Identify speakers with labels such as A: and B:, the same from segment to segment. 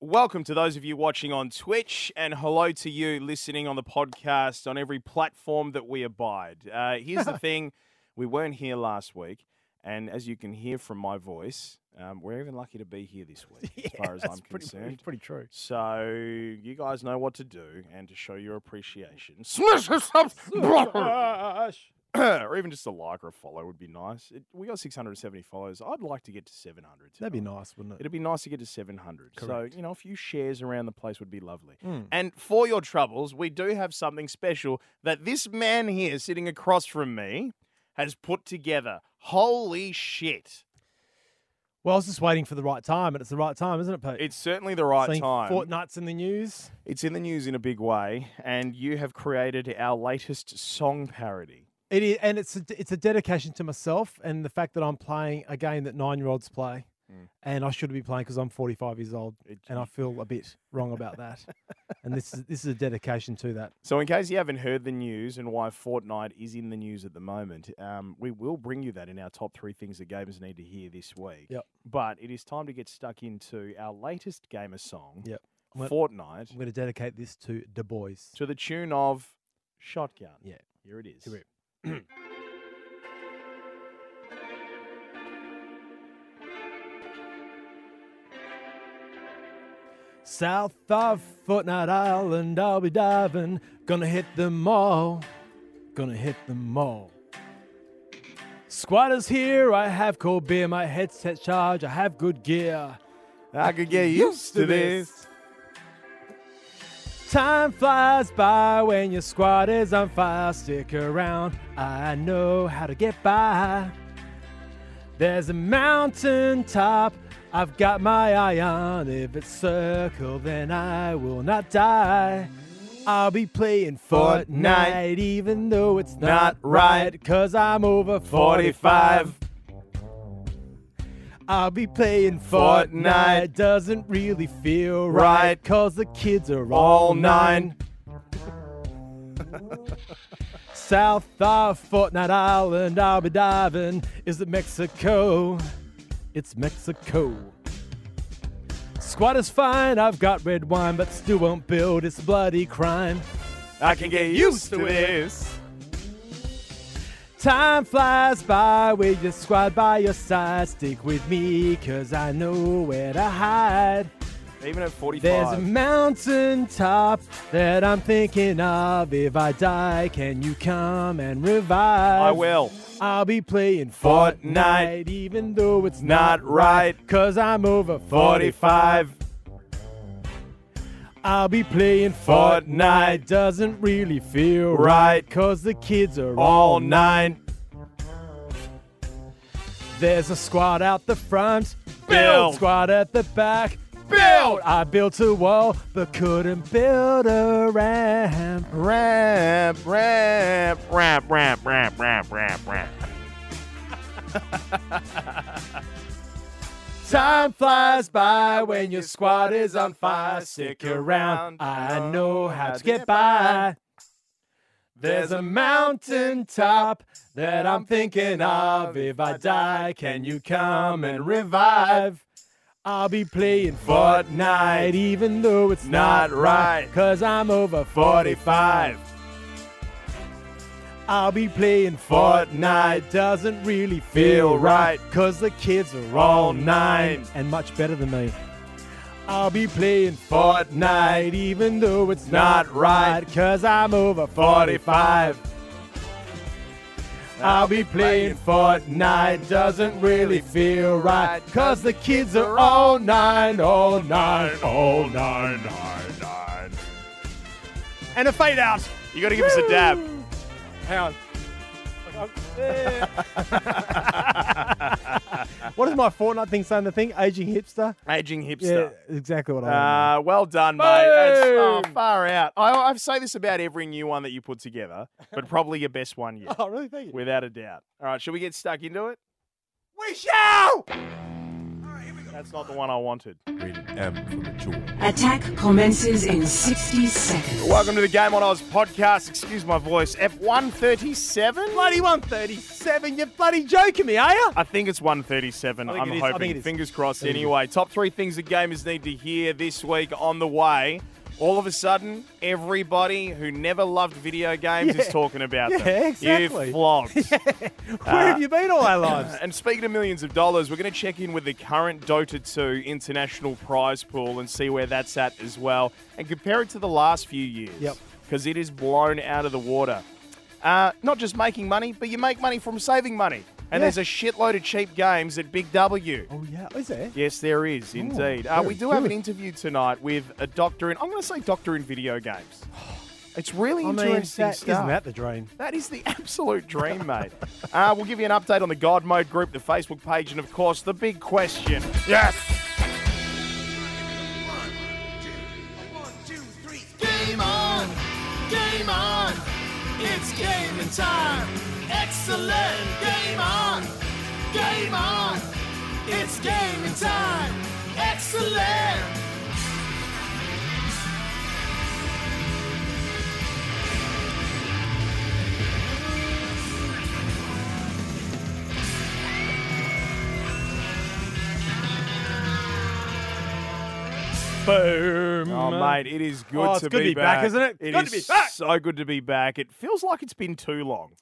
A: Welcome to those of you watching on Twitch, and hello to you listening on the podcast on every platform that we abide. Uh, here's the thing we weren't here last week, and as you can hear from my voice, um, we're even lucky to be here this week, as far as I'm concerned.
B: pretty true.
A: So, you guys know what to do, and to show your appreciation, smash us up! or even just a like or a follow would be nice. It, we got 670 followers. I'd like to get to 700.
B: That'd
A: tonight.
B: be nice, wouldn't it?
A: It'd be nice to get to 700.
B: Correct.
A: So, you know, a few shares around the place would be lovely.
B: Mm.
A: And for your troubles, we do have something special that this man here sitting across from me has put together. Holy shit.
B: Well, I was just waiting for the right time, and it's the right time, isn't it, Pete?
A: It's certainly the right
B: Seeing
A: time.
B: Fortnite's in the news.
A: It's in the news in a big way, and you have created our latest song parody.
B: It is, and it's a, it's a dedication to myself and the fact that I'm playing a game that nine year olds play,
A: Mm.
B: and I should be playing because I'm 45 years old,
A: It-
B: and I feel a bit wrong about that. and this is this is a dedication to that.
A: So, in case you haven't heard the news and why Fortnite is in the news at the moment, um, we will bring you that in our top three things that gamers need to hear this week.
B: Yep.
A: But it is time to get stuck into our latest gamer song,
B: Yep. Well-
A: Fortnite,
B: I'm going to dedicate this to Du Bois.
A: to the tune of Shotgun.
B: Yeah.
A: Here it is.
B: Here we- South of Fortnite Island, I'll be diving. Gonna hit them all. Gonna hit them all. Squatters here, I have cold beer, my headset charge, I have good gear.
A: I could get used to this.
B: Time flies by when your squad is on fire. Stick around, I know how to get by. There's a mountain top, I've got my eye on. If it's circle, then I will not die. I'll be playing Fortnite,
A: Fortnite.
B: even though it's not,
A: Not right.
B: right, cause I'm over 45. I'll be playing Fortnite.
A: Fortnite.
B: Doesn't really feel right,
A: Right.
B: cause the kids are all
A: All
B: nine.
A: nine.
B: South of Fortnite Island, I'll be diving. Is it Mexico? It's Mexico. Squad is fine, I've got red wine, but still won't build its bloody crime.
A: I can get used to this.
B: Time flies by with your squad by your side. Stick with me, cause I know where to hide.
A: Even at 45.
B: There's a mountain top that I'm thinking of. If I die, can you come and revive?
A: I will.
B: I'll be playing Fortnite,
A: Fortnite.
B: even though it's
A: Not right.
B: Cause I'm over
A: 45.
B: I'll be playing Fortnite.
A: Fortnite.
B: Doesn't really feel
A: Right.
B: right. Cause the kids are
A: All
B: all
A: nine.
B: There's a squad out the front, build.
A: Build.
B: Squad at the back,
A: Build.
B: I built a wall, but couldn't build a ramp.
A: Ramp, ramp, ramp, ramp, ramp, ramp, ramp, ramp.
B: Time flies by when your squad is on fire. Stick around, I know how to get by. There's a mountain top that I'm thinking of. If I die, can you come and revive? I'll be playing Fortnite, even though it's not
A: Not
B: right.
A: right.
B: Cause I'm over 45.
A: 45.
B: I'll be playing Fortnite. Doesn't really feel
A: Feel
B: right,
A: right.
B: cause the kids are all
A: All
B: nine
A: nine.
B: and much better than me. I'll be playing Fortnite even though it's not,
A: Not
B: right,
A: right.
B: cause I'm over 45. I'll be playing Fortnite, doesn't really feel right, cause the kids are all nine, all nine, all nine, nine, nine.
A: And a fade out. You got to give us a dab.
B: Hang on. what is my Fortnite thing saying? The thing, aging hipster.
A: Aging hipster.
B: Yeah, exactly what I. want.
A: Uh, well done, mate. That's oh,
B: Boom.
A: far out. I, I say this about every new one that you put together, but probably your best one yet,
B: oh, really? Thank you.
A: without a doubt. All right, should we get stuck into it?
B: We
A: All
B: shall.
A: That's not the one I wanted.
C: Rated M for mature.
D: Attack commences in 60 seconds.
A: Welcome to the Game on Oz podcast. Excuse my voice. F137?
B: Bloody 137, you're bloody joking me, are you?
A: I think it's 137.
B: I think
A: I'm
B: it is. I
A: hoping.
B: think it is.
A: Fingers crossed. Anyway, top three things the gamers need to hear this week on the way. All of a sudden, everybody who never loved video games is
B: Yeah.
A: talking about
B: Yeah,
A: them.
B: exactly.
A: You flogged.
B: Where have you been all our lives?
A: And speaking of millions of dollars, we're going to check in with the current Dota 2 international prize pool and see where that's at as well, and compare it to the last few years.
B: Yep.
A: Because it is blown out of the water. Uh, not just making money, but you make money from saving money. And
B: Yeah.
A: there's a shitload of cheap games at Big W.
B: Oh, yeah, is there?
A: Yes, there is indeed. uh,
B: very
A: we do have an
B: good.
A: interview tonight with a doctor in. I'm going to say doctor in video games. It's really
B: I mean,
A: interesting
B: that,
A: stuff.
B: isn't that the dream?
A: That is the absolute dream, mate. uh, we'll give you an update on the God Mode group, the Facebook page, and of course, the big question. Yes!
E: Game on! Game on! It's game time! Excellent! Game on! Game on! It's game time! Excellent!
B: Boom.
A: Oh, mate, it is good
B: Oh, it's
A: to
B: good to
A: be
B: be back, isn't it?
A: It
B: Good to
A: is
B: be back.
A: so good to be back. It feels like it's been too long.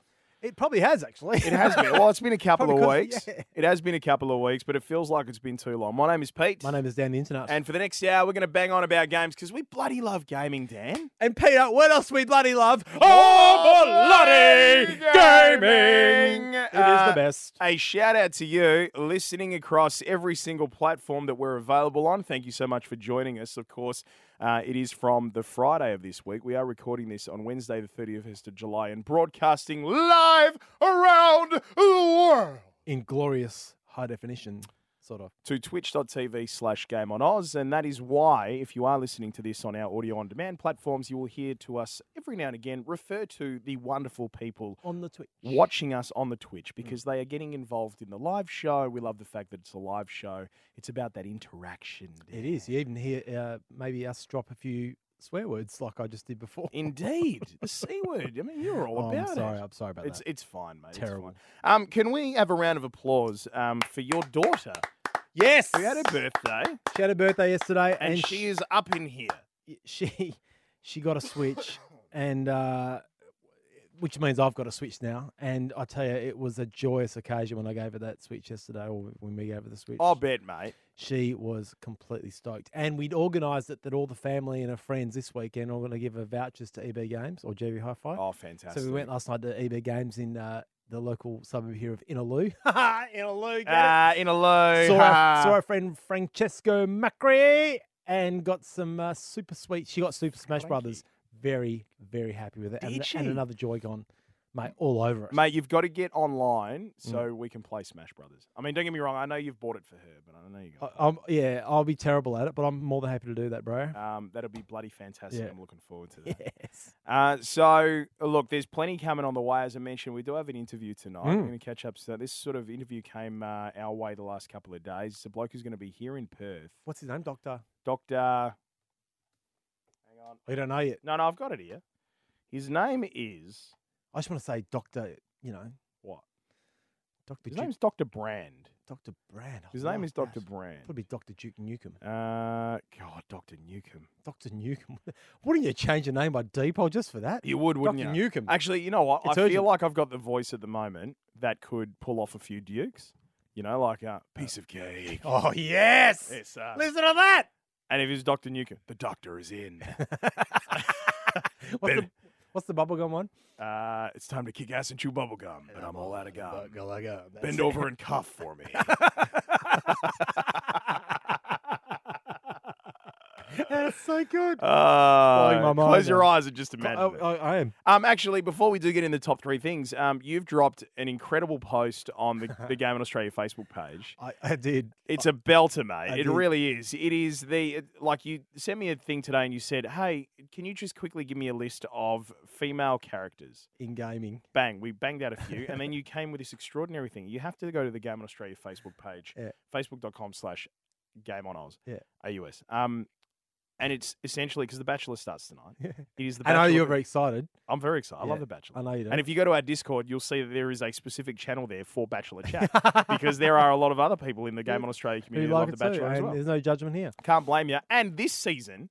B: It probably has, actually.
A: It has been. Well, it's been a couple
B: Probably
A: of weeks.
B: 'cause- yeah.
A: It has been a couple of weeks, but it feels like it's been too long. My name is Pete.
B: My name is Dan the Internet.
A: and for the next hour, we're going to bang on about games because we bloody love gaming, Dan.
B: And Peter, what else we bloody love? Oh,
A: Oh, bloody gaming!
B: It is
A: Uh,
B: the best.
A: A shout out to you listening across every single platform that we're available on. Thank you so much for joining us. Of course, uh, it is from the Friday of this week. We are recording this on Wednesday, the 30th of July, and broadcasting live around the world
B: In glorious high definition, sort of.
A: to twitch.tv slash game on Oz. And that is why, if you are listening to this on our audio on demand platforms, you will hear to us every now and again refer to the wonderful people
B: On the Twitch.
A: watching us on the Twitch
B: Mm.
A: because they are getting involved in the live show. We love the fact that it's a live show. It's about that interaction.
B: It is. You even hear uh, maybe us drop a few swear words like I just did before.
A: Indeed. the C word. I mean, you're all
B: Oh,
A: about
B: I'm sorry.
A: it.
B: I'm sorry about
A: It's,
B: that.
A: it's fine, mate. It's
B: Terrible.
A: fine. Um, can we have a round of applause um, for your daughter
B: Yes.
A: who had a birthday
B: She had a birthday yesterday,
A: and,
B: and,
A: she is up in here?
B: she she got a switch, and uh, which means I've got a switch now. And I tell you, it was a joyous occasion when I gave her that switch yesterday, or when we gave her the switch.
A: I'll bet, mate.
B: she was completely stoked. And we'd organised it that all the family and her friends this weekend are going to give her vouchers to EB Games or JB Hi Fi.
A: Oh, fantastic.
B: so we went last night to EB Games in uh, the local suburb here of Inaloo. Inaloo, get it?
A: Ah, in a low.
B: saw, our, saw our friend Francesco Macri and got some uh, super sweet. She got Super Smash
A: Crikey.
B: Brothers. Very, very happy with it.
A: Did
B: and,
A: she?
B: and another Joy Gone, mate, all over it.
A: Mate, you've got to get online
B: Mm.
A: so we can play Smash Brothers. I mean, don't get me wrong. I know you've bought it for her, but I know you got.
B: I, I'm, yeah, I'll be terrible at it, but I'm more than happy to do that, bro.
A: Um, that'll be bloody fantastic.
B: Ah, Yeah.
A: I'm looking forward to that.
B: yes.
A: Uh, so, look, there's plenty coming on the way. As I mentioned, we do have an interview tonight. We're
B: Mm.
A: going to catch up. So, this sort of interview came uh, our way the last couple of days. It's a bloke who's going to be here in Perth.
B: What's his name, Doctor?
A: Dr. Hang on.
B: We don't know yet.
A: No, no, I've got it here. His name is.
B: I just want to say, Doctor, you know,
A: What?
B: Doctor
A: His
B: Duke,
A: name's Dr. Brand.
B: Doctor Brand. I
A: His name
B: like
A: is Dr.
B: that.
A: Brand.
B: Probably Doctor Duke Nukem.
A: Uh, God, Dr. Newcomb.
B: Doctor Nukem. Wouldn't you change your name by depot just for that?
A: You would, wouldn't
B: Dr.
A: you?
B: Newcomb.
A: Actually, you know what?
B: It's
A: I feel
B: urgent.
A: like I've got the voice at the moment that could pull off a few dukes. You know, like a piece of cake.
B: Oh yes.
A: Yes, uh,
B: Listen to that.
A: and if it's Dr. Newcomb, the doctor is in.
B: What's the,
A: Ben-
B: what's the bubblegum one?
A: uh, it's time to kick ass and chew bubble gum, but I'm all out of
B: Oh,
A: gum. Bend
B: Bend
A: over and cough for me.
B: That's so good.
A: Uh,
B: my mind
A: close your
B: now. oh,
A: eyes and just
B: I,
A: imagine. it.
B: I, I am.
A: Um, actually, before we do get in the top three things, um, you've dropped an incredible post on the, the Game in Australia Facebook page.
B: I, I did.
A: It's a belter, mate.
B: I
A: it
B: did.
A: really is. It is the it- like you sent me a thing today, and you said, "Hey, can you just quickly give me a list of female characters?"
B: In gaming.
A: Bang, we banged out a few, and then you came with this extraordinary thing. You have to go to the Game in Australia Facebook page,
B: Yeah.
A: facebook.com/slash Game on Oz.
B: Yeah.
A: AUS. Um, and it's essentially because The Bachelor starts tonight. It is The
B: I know
A: Bachelor.
B: you're very excited.
A: I'm very excited. I
B: Yeah.
A: love The Bachelor.
B: I know you do.
A: And if you go to our Discord, you'll see that there is a specific channel there for Bachelor Chat because there are a lot of other people in the Game on Australia community
B: you
A: that
B: like
A: love
B: it
A: The
B: too,
A: Bachelor as
B: and
A: well.
B: there's no judgment here.
A: Can't blame you. And this season,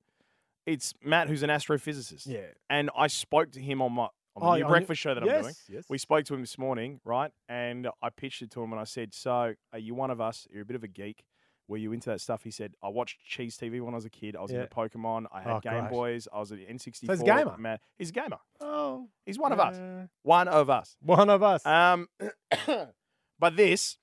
A: it's Matt who's an astrophysicist. And I spoke to him on my on the
B: Oh,
A: new
B: on your-
A: breakfast show that I'm doing.
B: Yes, yes.
A: We spoke to him this morning, right? And I pitched it to him and I said, So, are you one of us? You're a bit of a geek. Were you into that stuff? He said, I watched Cheese TV when I was a kid. I was
B: Yeah.
A: into Pokemon. I had
B: Oh,
A: Game
B: great.
A: Boys. I was at N64.
B: So he's a gamer.
A: Man, he's a gamer.
B: Oh,
A: He's one of us. One of us.
B: One of us.
A: Um, but this,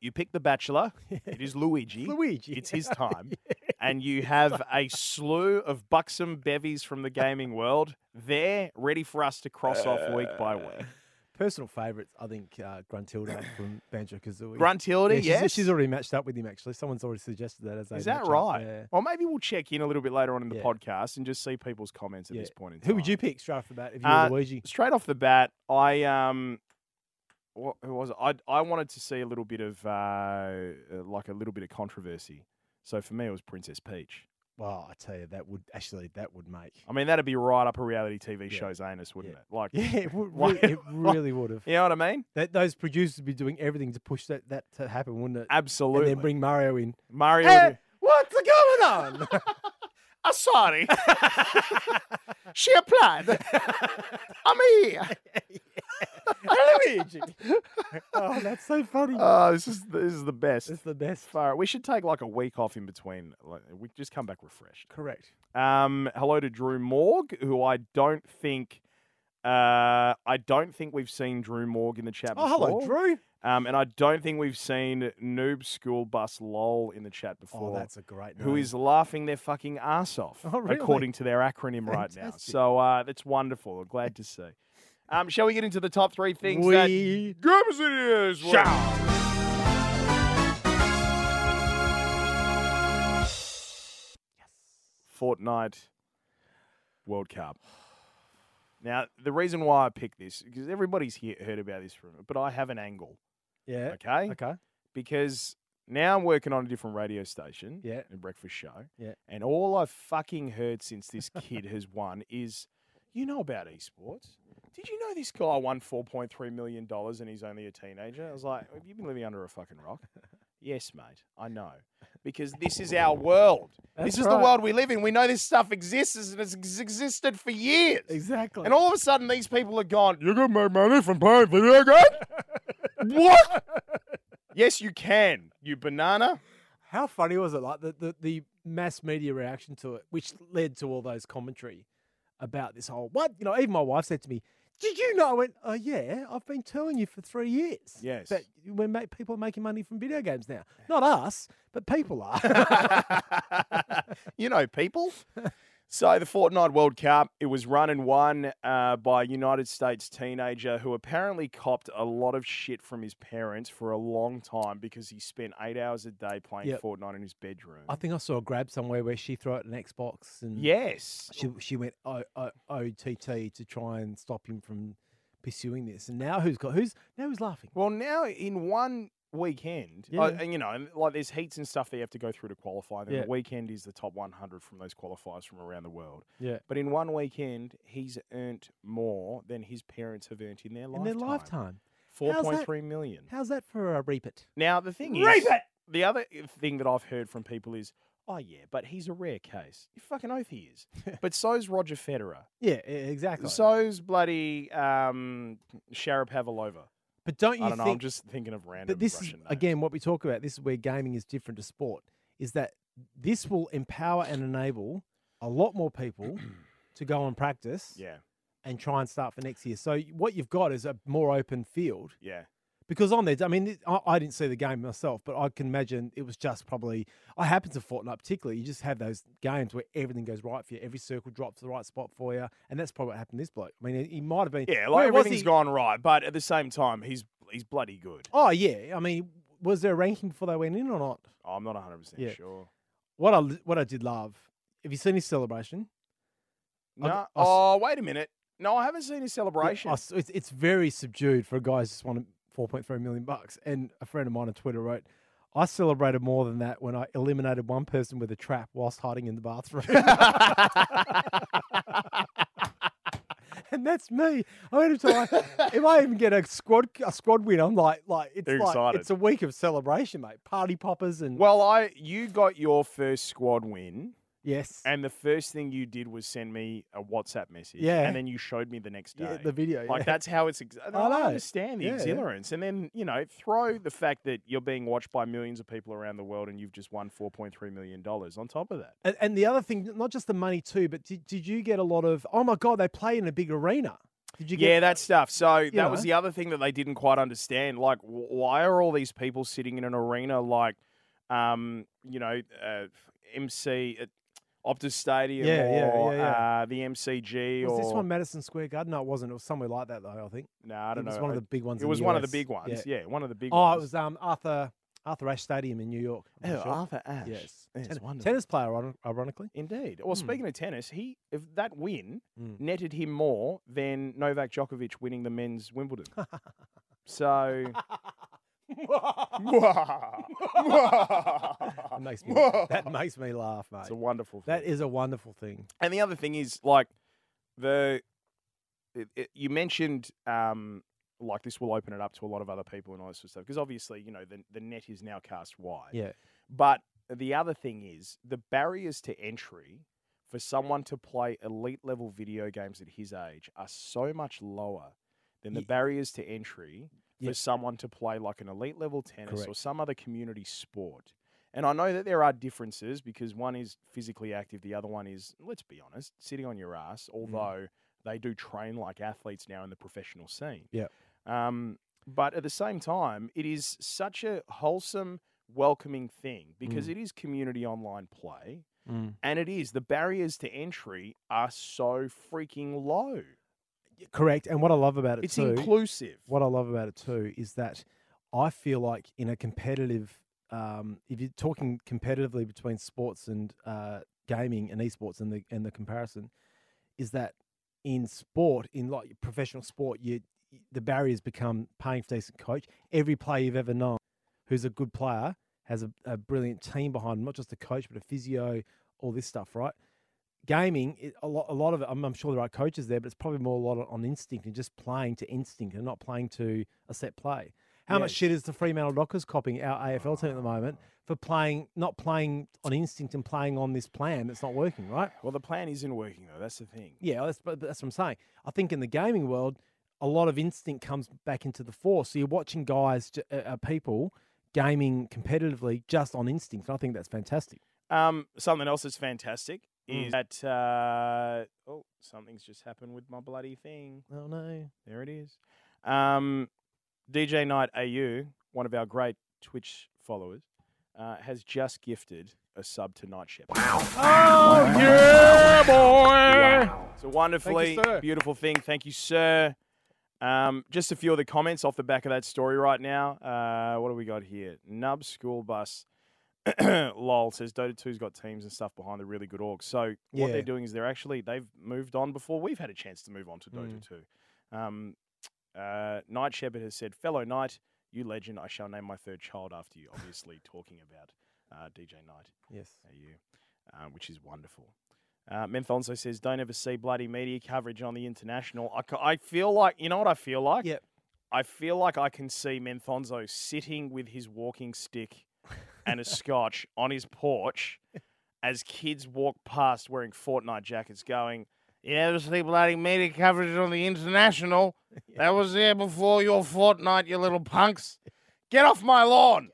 A: you pick The Bachelor. It is Luigi.
B: Luigi.
A: It's his time. And you have a slew of buxom bevies from the gaming world there, ready for us to cross off week by
B: Uh,
A: week.
B: Personal favourites, I think uh, Gruntilda from Banjo Kazooie.
A: Gruntilda,
B: she's,
A: yes.
B: she's already matched up with him. Actually, someone's already suggested that as a
A: Is that
B: matchup,
A: right?
B: yeah.
A: Well, maybe we'll check in a little bit later on in the
B: Yeah.
A: podcast and just see people's comments at
B: Yeah.
A: this point in time.
B: Who would you pick straight off the bat if you
A: Uh,
B: were Luigi?
A: Straight off the bat, I um, what, who was it? I I wanted to see a little bit of uh, uh, like a little bit of controversy. So for me, it was Princess Peach.
B: Well, I tell you, that would actually that would make.
A: I mean, that'd be right up a reality TV
B: Yeah.
A: show's anus, wouldn't
B: Yeah.
A: it? Like,
B: Yeah, it, would,
A: Why-
B: re- it really would have.
A: you know what I mean?
B: That those producers would be doing everything to push that that to happen, wouldn't it? And
A: Absolutely.
B: then bring Mario in.
A: Mario.
B: Eh,
A: would-
B: what's going on?
A: Ah, sorry. she applied. I'm here.
B: Luigi. oh, that's so funny.
A: Oh, this is this is the best.
B: it's the best.
A: Far. We should take like a week off in between. Like, we just come back refreshed.
B: Correct.
A: Um, hello to Drew Morg, who I don't think, uh, I don't think we've seen Drew Morg in the chat.
B: Oh,
A: before.
B: hello, Drew.
A: Um, and I don't think we've seen Noob School Bus Lol in the chat before.
B: Oh, that's a great name.
A: who is laughing their fucking ass off,
B: Oh, really?
A: according to their acronym right now.
B: Fantastic.
A: So uh, that's wonderful. Glad to see. Um, shall we get into the top three things that
B: we
A: Games it is? Shall. Fortnite World Cup. Now, the reason why I picked this, because everybody's here, heard about this from, but I have an angle,
B: Yeah.
A: okay?
B: Okay.
A: Because now I'm working on a different radio station,
B: Yeah.
A: a breakfast show,
B: Yeah.
A: and all I've fucking heard since this kid has won is, you know about esports. Did you know this guy won $4.3 million and he's only a teenager? I was like, have you been living under a fucking rock? yes, mate, I know. Because this is our world.
B: That's
A: this is the
B: right.
A: world we live in. We know this stuff exists and it's ex- existed for years.
B: Exactly.
A: And all of a sudden, these people are gone. You can make money from playing video games. what? yes, you can. You banana.
B: How funny was it? Like the, the, the mass media reaction to it, which led to all those commentary about this whole what you know. Even my wife said to me, "Did you know?" I went, "Oh yeah, I've been telling you for three years."
A: Yes.
B: but we make people are making money from video games now. Not us, but people are.
A: you know, people. So the Fortnite World Cup, it was run and won uh, by a United States teenager who apparently copped a lot of shit from his parents for a long time because he spent eight hours a day playing
B: Yep.
A: Fortnite in his bedroom.
B: I think I saw a grab somewhere where she threw out an Xbox and
A: yes.
B: she she went o, o, OTT to try and stop him from pursuing this. And now who's got who's now who's laughing?
A: Well, now in one weekend,
B: Yeah.
A: uh, and you know, and, like there's heats and stuff that you have to go through to qualify. Then
B: Yeah.
A: the weekend is the top 100 from those qualifiers from around the world.
B: Yeah,
A: But in one weekend, he's earned more than his parents have earned in their
B: in
A: lifetime.
B: their lifetime.
A: Four
B: How's
A: point
B: that?
A: three million.
B: How's that for a reap it?
A: Now the thing
B: Reap
A: is,
B: it!
A: the other thing that I've heard from people is, oh yeah, but he's a rare case. You fucking oath he is. but so's Roger Federer.
B: Yeah, e- exactly.
A: So's bloody um, Sharapavalova.
B: but don't you
A: I don't know. I'm
B: think?
A: just thinking of random.
B: but this is
A: Russian names.
B: again what we talk about. This is where gaming is different to sport. Is that this will empower and enable a lot more people to go and practice
A: Yeah,
B: and try and start for next year. So what you've got is a more open field
A: yeah.
B: because on there, I mean, it- I, I didn't see the game myself, but I can imagine it was just probably. I happen to Fortnite particularly. You just have those games where everything goes right for you. Every circle drops to the right spot for you, and that's probably what happened to this bloke. I mean, he, he might have been.
A: Yeah,
B: where
A: like
B: was
A: everything's
B: he?
A: gone right, but at the same time, he's he's bloody good.
B: Oh yeah, I mean, was there a ranking before they went in or not?
A: I'm not 100 percent
B: Yeah.
A: sure.
B: What I what I did love. Have you seen his celebration? I-
A: No.
B: I s-
A: oh, wait a minute. No, I haven't seen his celebration.
B: I s- it's, it's very subdued for a guy who's just won four point three million bucks. And a friend of mine on Twitter wrote, I celebrated more than that when I eliminated one person with a trap whilst hiding in the bathroom. and that's me. I mean, until I, if I even get a squad a squad win, I'm like, like it's
A: You're
B: like
A: excited.
B: it's a week of celebration, mate. Party poppers and
A: Well, I you got your first squad win,
B: yes,
A: and the first thing you did was send me a WhatsApp message.
B: Yeah.
A: and then you showed me the next day.
B: yeah, the video.
A: Like
B: yeah.
A: that's how it's. Ex- I,
B: I know.
A: understand the
B: Yeah, yeah.
A: exhilarance, and then you know, throw the fact that you're being watched by millions of people around the world, and you've just won four point three million dollars. On top of that,
B: And, and the other thing, not just the money too, but did, did you get a lot of? Oh my god, they play in a big arena. Did you get?
A: yeah, that stuff. So that
B: know.
A: was the other thing that they didn't quite understand. Like, wh- why are all these people sitting in an arena like, um, you know, uh, MC at Optus Stadium
B: Yeah, yeah, yeah,
A: or
B: yeah.
A: Uh, the MCG
B: was
A: or
B: this one Madison Square Garden? No, it wasn't. It was somewhere like that though. I think
A: No, I don't
B: it was
A: know.
B: one of
A: I-
B: the big ones.
A: it
B: in
A: was one of the
B: US.
A: big ones. Yeah, one of the big
B: Oh,
A: ones.
B: it was um Arthur Arthur Ashe Stadium in New York. I'm not sure.
A: Ashe.
B: Yes, Hmm.
A: Yeah, it's
B: Ten-
A: wonderful.
B: tennis player, iron- ironically.
A: Indeed. Well, speaking of tennis, he if that win
B: Mm.
A: netted him more than Novak Djokovic winning the men's Wimbledon. so
B: That
A: that
B: makes me that makes me laugh,
A: It's a
B: mate.
A: wonderful.
B: That
A: thing.
B: is a wonderful thing.
A: and the other thing is like the it, it- you mentioned um like this will open it up to a lot of other people and all this sort of stuff because obviously you know the the net is now cast wide.
B: Yeah.
A: But the other thing is the barriers to entry for someone to play elite level video games at his age are so much lower than the
B: Ye-
A: barriers to entry
B: Yeah.
A: for someone to play like an elite level tennis or
B: Correct.
A: some other community sport. And I know that there are differences because one is physically active, the other one is, let's be honest, sitting on your
B: Mm.
A: ass, although they do train like athletes now in the professional scene.
B: Yep.
A: Um, but at the same time, it is such a wholesome, welcoming thing because it is community online play. And it is. The barriers to entry are so freaking low.
B: Correct. And what I love about it
A: It's
B: too,
A: inclusive.
B: what I love about it too is that I feel like in a competitive, um, if you're talking competitively between sports and uh, gaming and esports and the and the comparison, is that in sport, in like professional sport, you the barriers become paying for a decent coach. Every player you've ever known who's a good player has a, a brilliant team behind, 'em, not just a coach but a physio, all this stuff, right? gaming, it, a lot, a lot of it. I'm, I'm sure there are coaches there, but it's probably more a lot on instinct and just playing to instinct and not playing to a set play. How much
A: Yes.
B: shit is the Fremantle Dockers copying our AFL team at the moment for playing, not playing on instinct and playing on this plan that's not working, right?
A: Well, the plan isn't working, though. That's the thing.
B: Yeah, that's but that's what I'm saying. I think in the gaming world, a lot of instinct comes back into the fore. So you're watching guys, j- uh, uh, people gaming competitively just on instinct, and I think that's fantastic.
A: Um, something else that's fantastic is that. Uh, oh, something's just happened with my bloody thing.
B: Oh no,
A: There it is. Um, DJ Knight AU, one of our great Twitch followers, uh, has just gifted a sub to Night Shepherd.
B: oh yeah, boy.
A: It's a wonderfully
B: sir.
A: beautiful thing. Thank you, sir. Um, just a few of the comments off the back of that story right now. Uh, what do we got here? Nub School Bus. Lol says Dota 2's got teams and stuff behind the really good org. So what
B: Yeah.
A: they're doing is they're actually they've moved on before we've had a chance to move on to Dota 2. Um, uh, Knight Shepherd has said, "Fellow Knight, you legend. I shall name my third child after you." Obviously, talking about uh, DJ Knight
B: Yes.
A: at you, uh, which is wonderful. Uh, Menthonso says, "Don't ever see bloody media coverage on the international." I, ca- I feel like you know what I feel like.
B: Yep.
A: I feel like I can see Menthonso sitting with his walking stick and a scotch on his porch as kids walk past wearing Fortnite jackets, going, "You never see bloody media coverage on the international. That was there before your Fortnite, you little punks. Get off my lawn."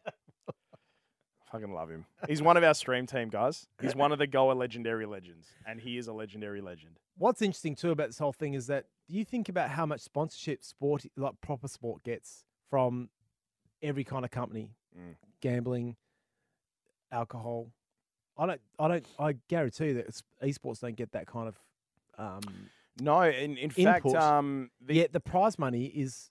A: Fucking love him. He's one of our stream team guys. He's one of the Goa legendary legends, and he is a legendary legend.
B: What's interesting too about this whole thing is that you think about how much sponsorship sport, like proper sport, gets from every kind of company,
A: Mm.
B: gambling, alcohol. I don't, I don't, I guarantee you that it's- esports don't get that kind of. Um,
A: No, in, in fact,
B: Input.
A: um, the,
B: yet the prize money is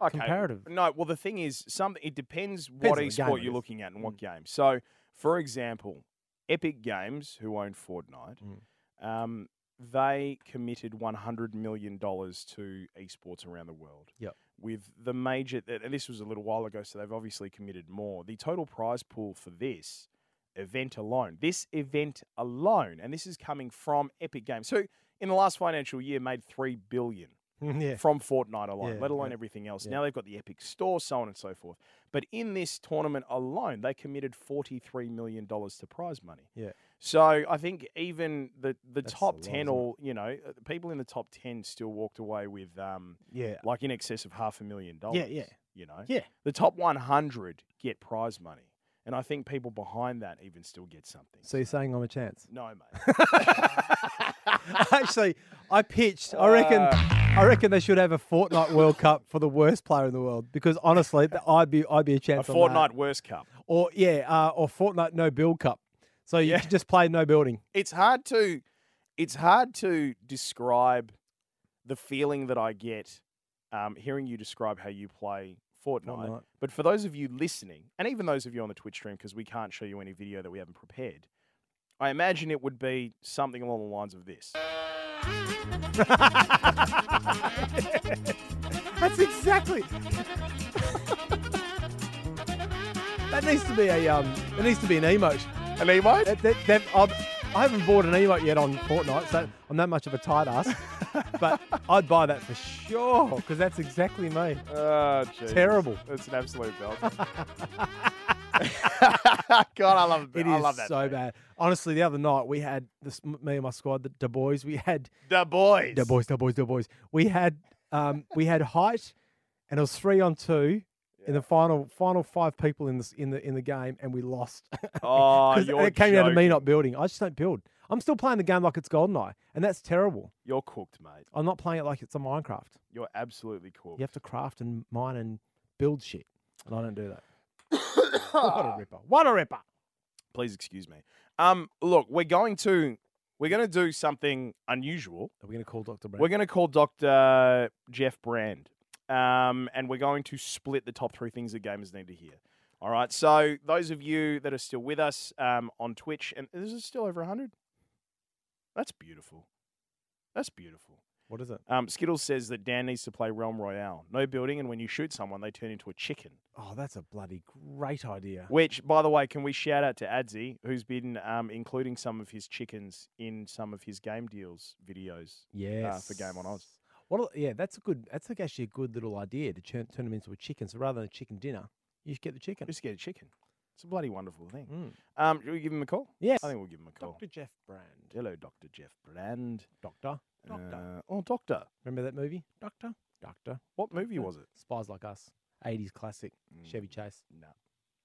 A: okay,
B: comparative.
A: No, well, the thing is, something it depends,
B: Depends
A: what
B: on the
A: esport
B: game, Mm. I
A: you're
B: guess.
A: looking at and what game.
B: Mm.
A: So, for example, Epic Games, who own Fortnite, um, they committed $100 million to esports around the world.
B: Yep.
A: With the major, and this was a little while ago, so they've obviously committed more. The total prize pool for this event alone, this event alone, and this is coming from Epic Games, who in the last financial year made $3 billion
B: yeah.
A: from Fortnite alone,
B: Yeah,
A: let alone
B: yeah,
A: everything else.
B: yeah.
A: Now they've got the Epic Store, so on and so forth. But in this tournament alone, they committed $43 million to prize money.
B: Yeah.
A: So I think even the, the
B: That's a
A: top
B: lot,
A: 10
B: isn't it?
A: or, you know, uh, people in the top 10 still walked away with um,
B: Yeah.
A: like in excess of half a million dollars.
B: Yeah, yeah.
A: You know?
B: Yeah.
A: The top 100 get prize money. And I think people behind that even still get something.
B: So you're saying I'm a chance?
A: no, mate.
B: Actually, I pitched. I reckon. I reckon they should have a Fortnite World Cup for the worst player in the world because honestly, th- I'd be I'd be a
A: A
B: chance. on that.
A: Fortnite Worst Cup.
B: or yeah, uh, or Fortnite no build cup. So you could just play no building.
A: it's hard to it's hard to describe the feeling that I get um, hearing you describe how you play Fortnite.
B: Fortnite.
A: But for those of you listening, and even those of you on the Twitch stream, because we can't show you any video that we haven't prepared, I imagine it would be something along the lines of this.
B: That's exactly. that needs to be a um. That needs to be an emote.
A: An emote?
B: That, that, that, I've, I haven't bought an emote yet on Fortnite, so I'm that much of a tight ass. but I'd buy that for sure because that's exactly me.
A: Oh, Jesus.
B: Terrible.
A: It's an absolute belter. God, I love
B: It is
A: I love that.
B: so
A: thing.
B: bad. Honestly, the other night we had this me and my squad, the, the boys. We had
A: The boys.
B: the boys, the boys, the boys. We had um, we had height, and it was three on two in the final final five people in this in the in the game, and we lost.
A: Oh,
B: 'Cause
A: you're
B: it came down to me
A: joking.
B: not building. I just don't build. I'm still playing the game like it's Goldeneye, and that's terrible.
A: You're cooked, mate.
B: I'm not playing it like it's a Minecraft.
A: You're absolutely cooked.
B: You have to craft and mine and build shit, and I don't do that. what a ripper! What a ripper!
A: please excuse me. Um, look, we're going to we're going to do something unusual.
B: Are we gonna call Doctor Brown?
A: We're going to call Doctor Jeff Brand, um, and we're going to split the top three things that gamers need to hear. All right. So those of you that are still with us um, on Twitch, and this is still over hundred. That's beautiful. That's beautiful.
B: What is it?
A: Um, Skittles says that Dan needs to play Realm Royale. No building, and when you shoot someone, they turn into a chicken.
B: Oh, that's a bloody great idea.
A: Which, by the way, can we shout out to Adzi, who's been um, including some of his chickens in some of his game deals videos?
B: Yes.
A: for Game on Oz.
B: What? a- Yeah, that's a good. That's like actually a good little idea to turn, turn them into a chicken. So rather than a chicken dinner, you should get the chicken.
A: Just get a chicken. It's a bloody wonderful thing.
B: Mm.
A: Um, should we give him a call?
B: Yes.
A: I think we'll give him a call.
B: Dr. Jeff Brand.
A: Hello, Dr. Jeff Brand.
B: Doctor. Doctor.
A: Uh, oh, Doctor.
B: Remember that movie? Doctor. Doctor.
A: What movie was it?
B: Spies Like Us. 80s classic. Chevy Chase.
A: No.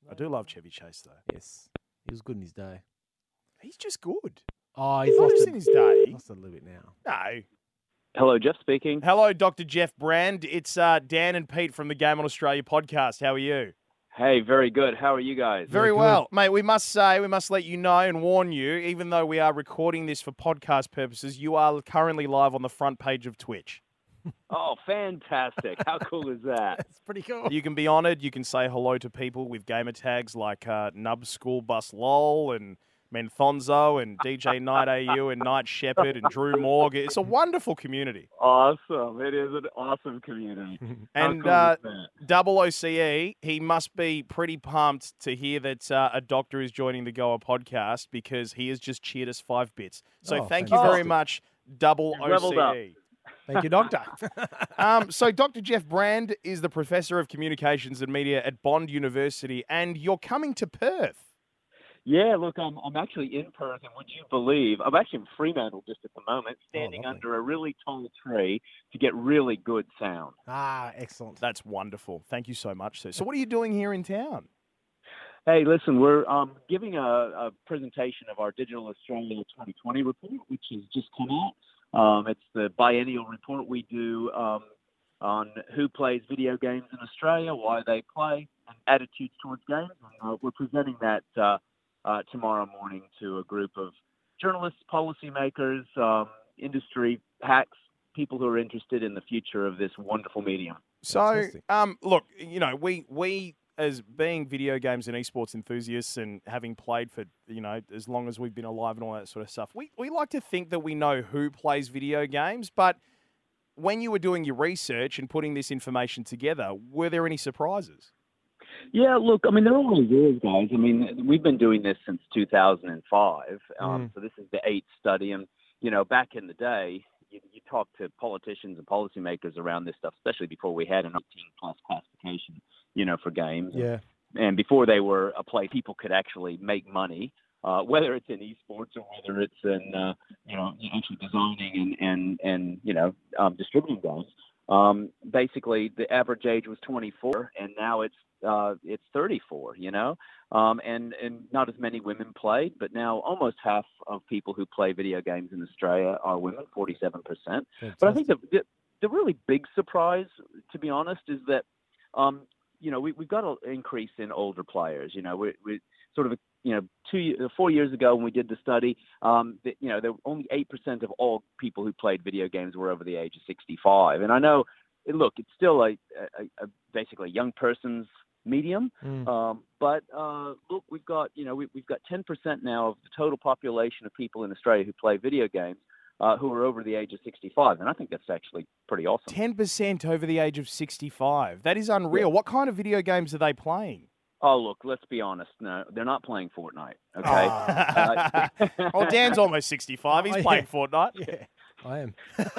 A: I do love Chevy Chase, though.
B: Yes. He was good in his day.
A: He's just good.
B: Oh, he's
A: He's
B: lost
A: not
B: it.
A: in his day.
B: Lost it a little bit now.
A: No.
C: Hello, Jeff speaking.
A: Hello, Dr. Jeff Brand. It's uh, Dan and Pete from the Game on Australia podcast. How are you?
C: Hey, very good. How are you guys?
A: Very
B: good.
A: well, mate. We must say, we must let you know and warn you, even though we are recording this for podcast purposes, you are currently live on the front page of Twitch.
C: Oh, fantastic. How cool is that?
B: That's pretty cool.
A: You can be honoured. You can say hello to people with gamer tags like uh, Nub School Bus Lol and Menthonzo and DJ Night AU and Night Shepherd and Drew Morg. It's a wonderful community.
C: Awesome. It is an awesome community. How
A: And
C: cool
A: uh,
C: is that?
A: Double OCE, he must be pretty pumped to hear that uh, a doctor is joining the Goa podcast because he has just cheered us five bits. So
B: Oh,
A: thank you very
C: fantastic.
A: much, Double
C: He's leveled up.
A: OCE.
B: Thank you, Doctor.
A: Um, so Dr. Jeff Brand is the professor of communications and media at Bond University, and you're coming to Perth.
C: Yeah, look, I'm, I'm actually in Perth, and would you believe I'm actually in Fremantle just at the
A: Oh,
C: moment, standing
B: lovely.
C: under a really tall tree to get really good sound.
B: ah, excellent.
A: That's wonderful. Thank you so much, sir. So what are you doing here in town?
C: Hey, listen, we're um, giving a, a presentation of our Digital Australia 2020 report, which has just come out. Um, it's the biennial report we do um, on who plays video games in Australia, why they play, and attitudes towards games. And, uh, we're presenting that uh, uh, tomorrow morning to a group of journalists, policymakers, um, industry hacks, people who are interested in the future of this wonderful medium.
A: So,
B: Fantastic.
A: um, look, you know, we we as being video games and esports enthusiasts and having played for you know as long as we've been alive and all that sort of stuff, we we like to think that we know who plays video games, but when you were doing your research and putting this information together, were there any surprises?
C: Yeah, look, I mean, they're all yours, guys. I mean, we've been doing this since 2005. Um, So this is the eighth study. And, you know, back in the day, you, you talk to politicians and policymakers around this stuff, especially before we had an 18-plus classification, you know, for games.
B: Yeah.
C: And before they were a place people could actually make money, uh, whether it's in esports or whether it's in, uh, you know, actually designing and, and, and you know, um, distributing games. Um, basically, the average age was 24, and now it's uh, it's 34, you know, um, and and not as many women played, but now almost half of people who play video games in Australia are women, 47 percent. But I think the, the the really big surprise, to be honest, is that um, you know we we've got an increase in older players. You know, we we sort of you know two ye- four years ago when we did the study, um, that you know there were only eight percent of all people who played video games were over the age of 65, and I know. Look, it's still a, a, a basically a young person's medium.
B: Mm.
C: Um, but uh, look, we've got you know we, we've got 10% now of the total population of people in Australia who play video games uh, who are over the age of 65, and I think that's actually pretty awesome.
A: Ten percent over the age of sixty-five. That is unreal. What kind of video games are they playing?
C: Oh look, let's be honest, no, they're not playing Fortnite. Okay. Uh,
A: well, Oh, Dan's almost sixty-five. He's
B: Oh, yeah.
A: playing Fortnite.
B: Yeah, I am.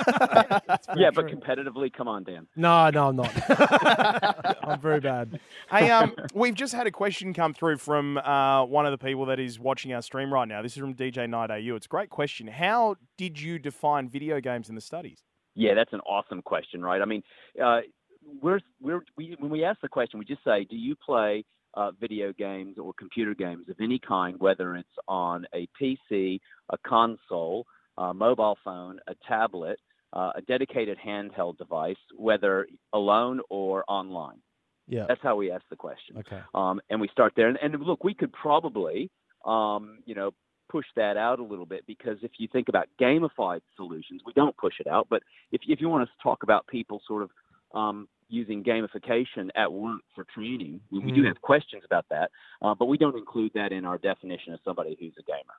C: Uh, yeah, but competitively, come on, Dan.
B: No, no, I'm not. I'm very bad.
A: Hey, um, we've just had a question come through from uh, one of the people that is watching our stream right now. This is from DJ Night AU. It's a great question. How did you define video games in the studies?
C: Yeah, that's an awesome question, right? I mean, uh, we're we're we, when we ask the question, we just say, do you play uh, video games or computer games of any kind, whether it's on a PC, a console, a mobile phone, a tablet, uh, a dedicated handheld device, whether alone or online?
B: Yeah.
C: That's how we ask the question
B: Okay.
C: um, and we start there. And, and look, we could probably, um, you know, push that out a little bit because if you think about gamified solutions, we don't push it out. But if, if you want us to talk about people sort of um, using gamification at work for training, we, we do
B: Mm.
C: have questions about that, uh, but we don't include that in our definition of somebody who's a gamer.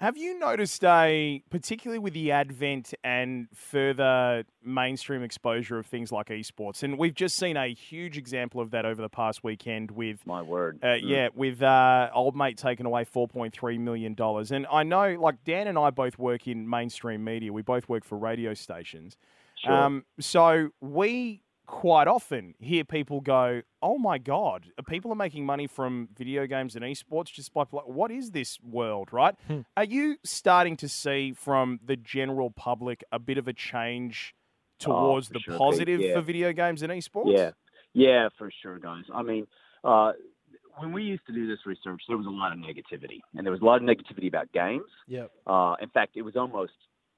A: Have you noticed a, particularly with the advent and further mainstream exposure of things like esports, and we've just seen a huge example of that over the past weekend with
C: My word. Mm.
A: Uh, yeah, with uh, old mate taking away four point three million dollars, and I know, like Dan and I both work in mainstream media. We both work for radio stations,
C: Sure.
A: um, so we quite often hear people go, "Oh my god, people are making money from video games and esports just by pl- what is this world?" Right?
C: Hmm.
A: Are you starting to see from the general public a bit of a change towards
C: Oh, for
A: the
C: sure, Pete.
A: positive
C: Yeah.
A: for video games and esports?
C: Yeah, yeah, for sure, guys. I mean, uh, when we used to do this research, there was a lot of negativity, and there was a lot of negativity about games.
B: Yep.
C: Uh, in fact, it was almost,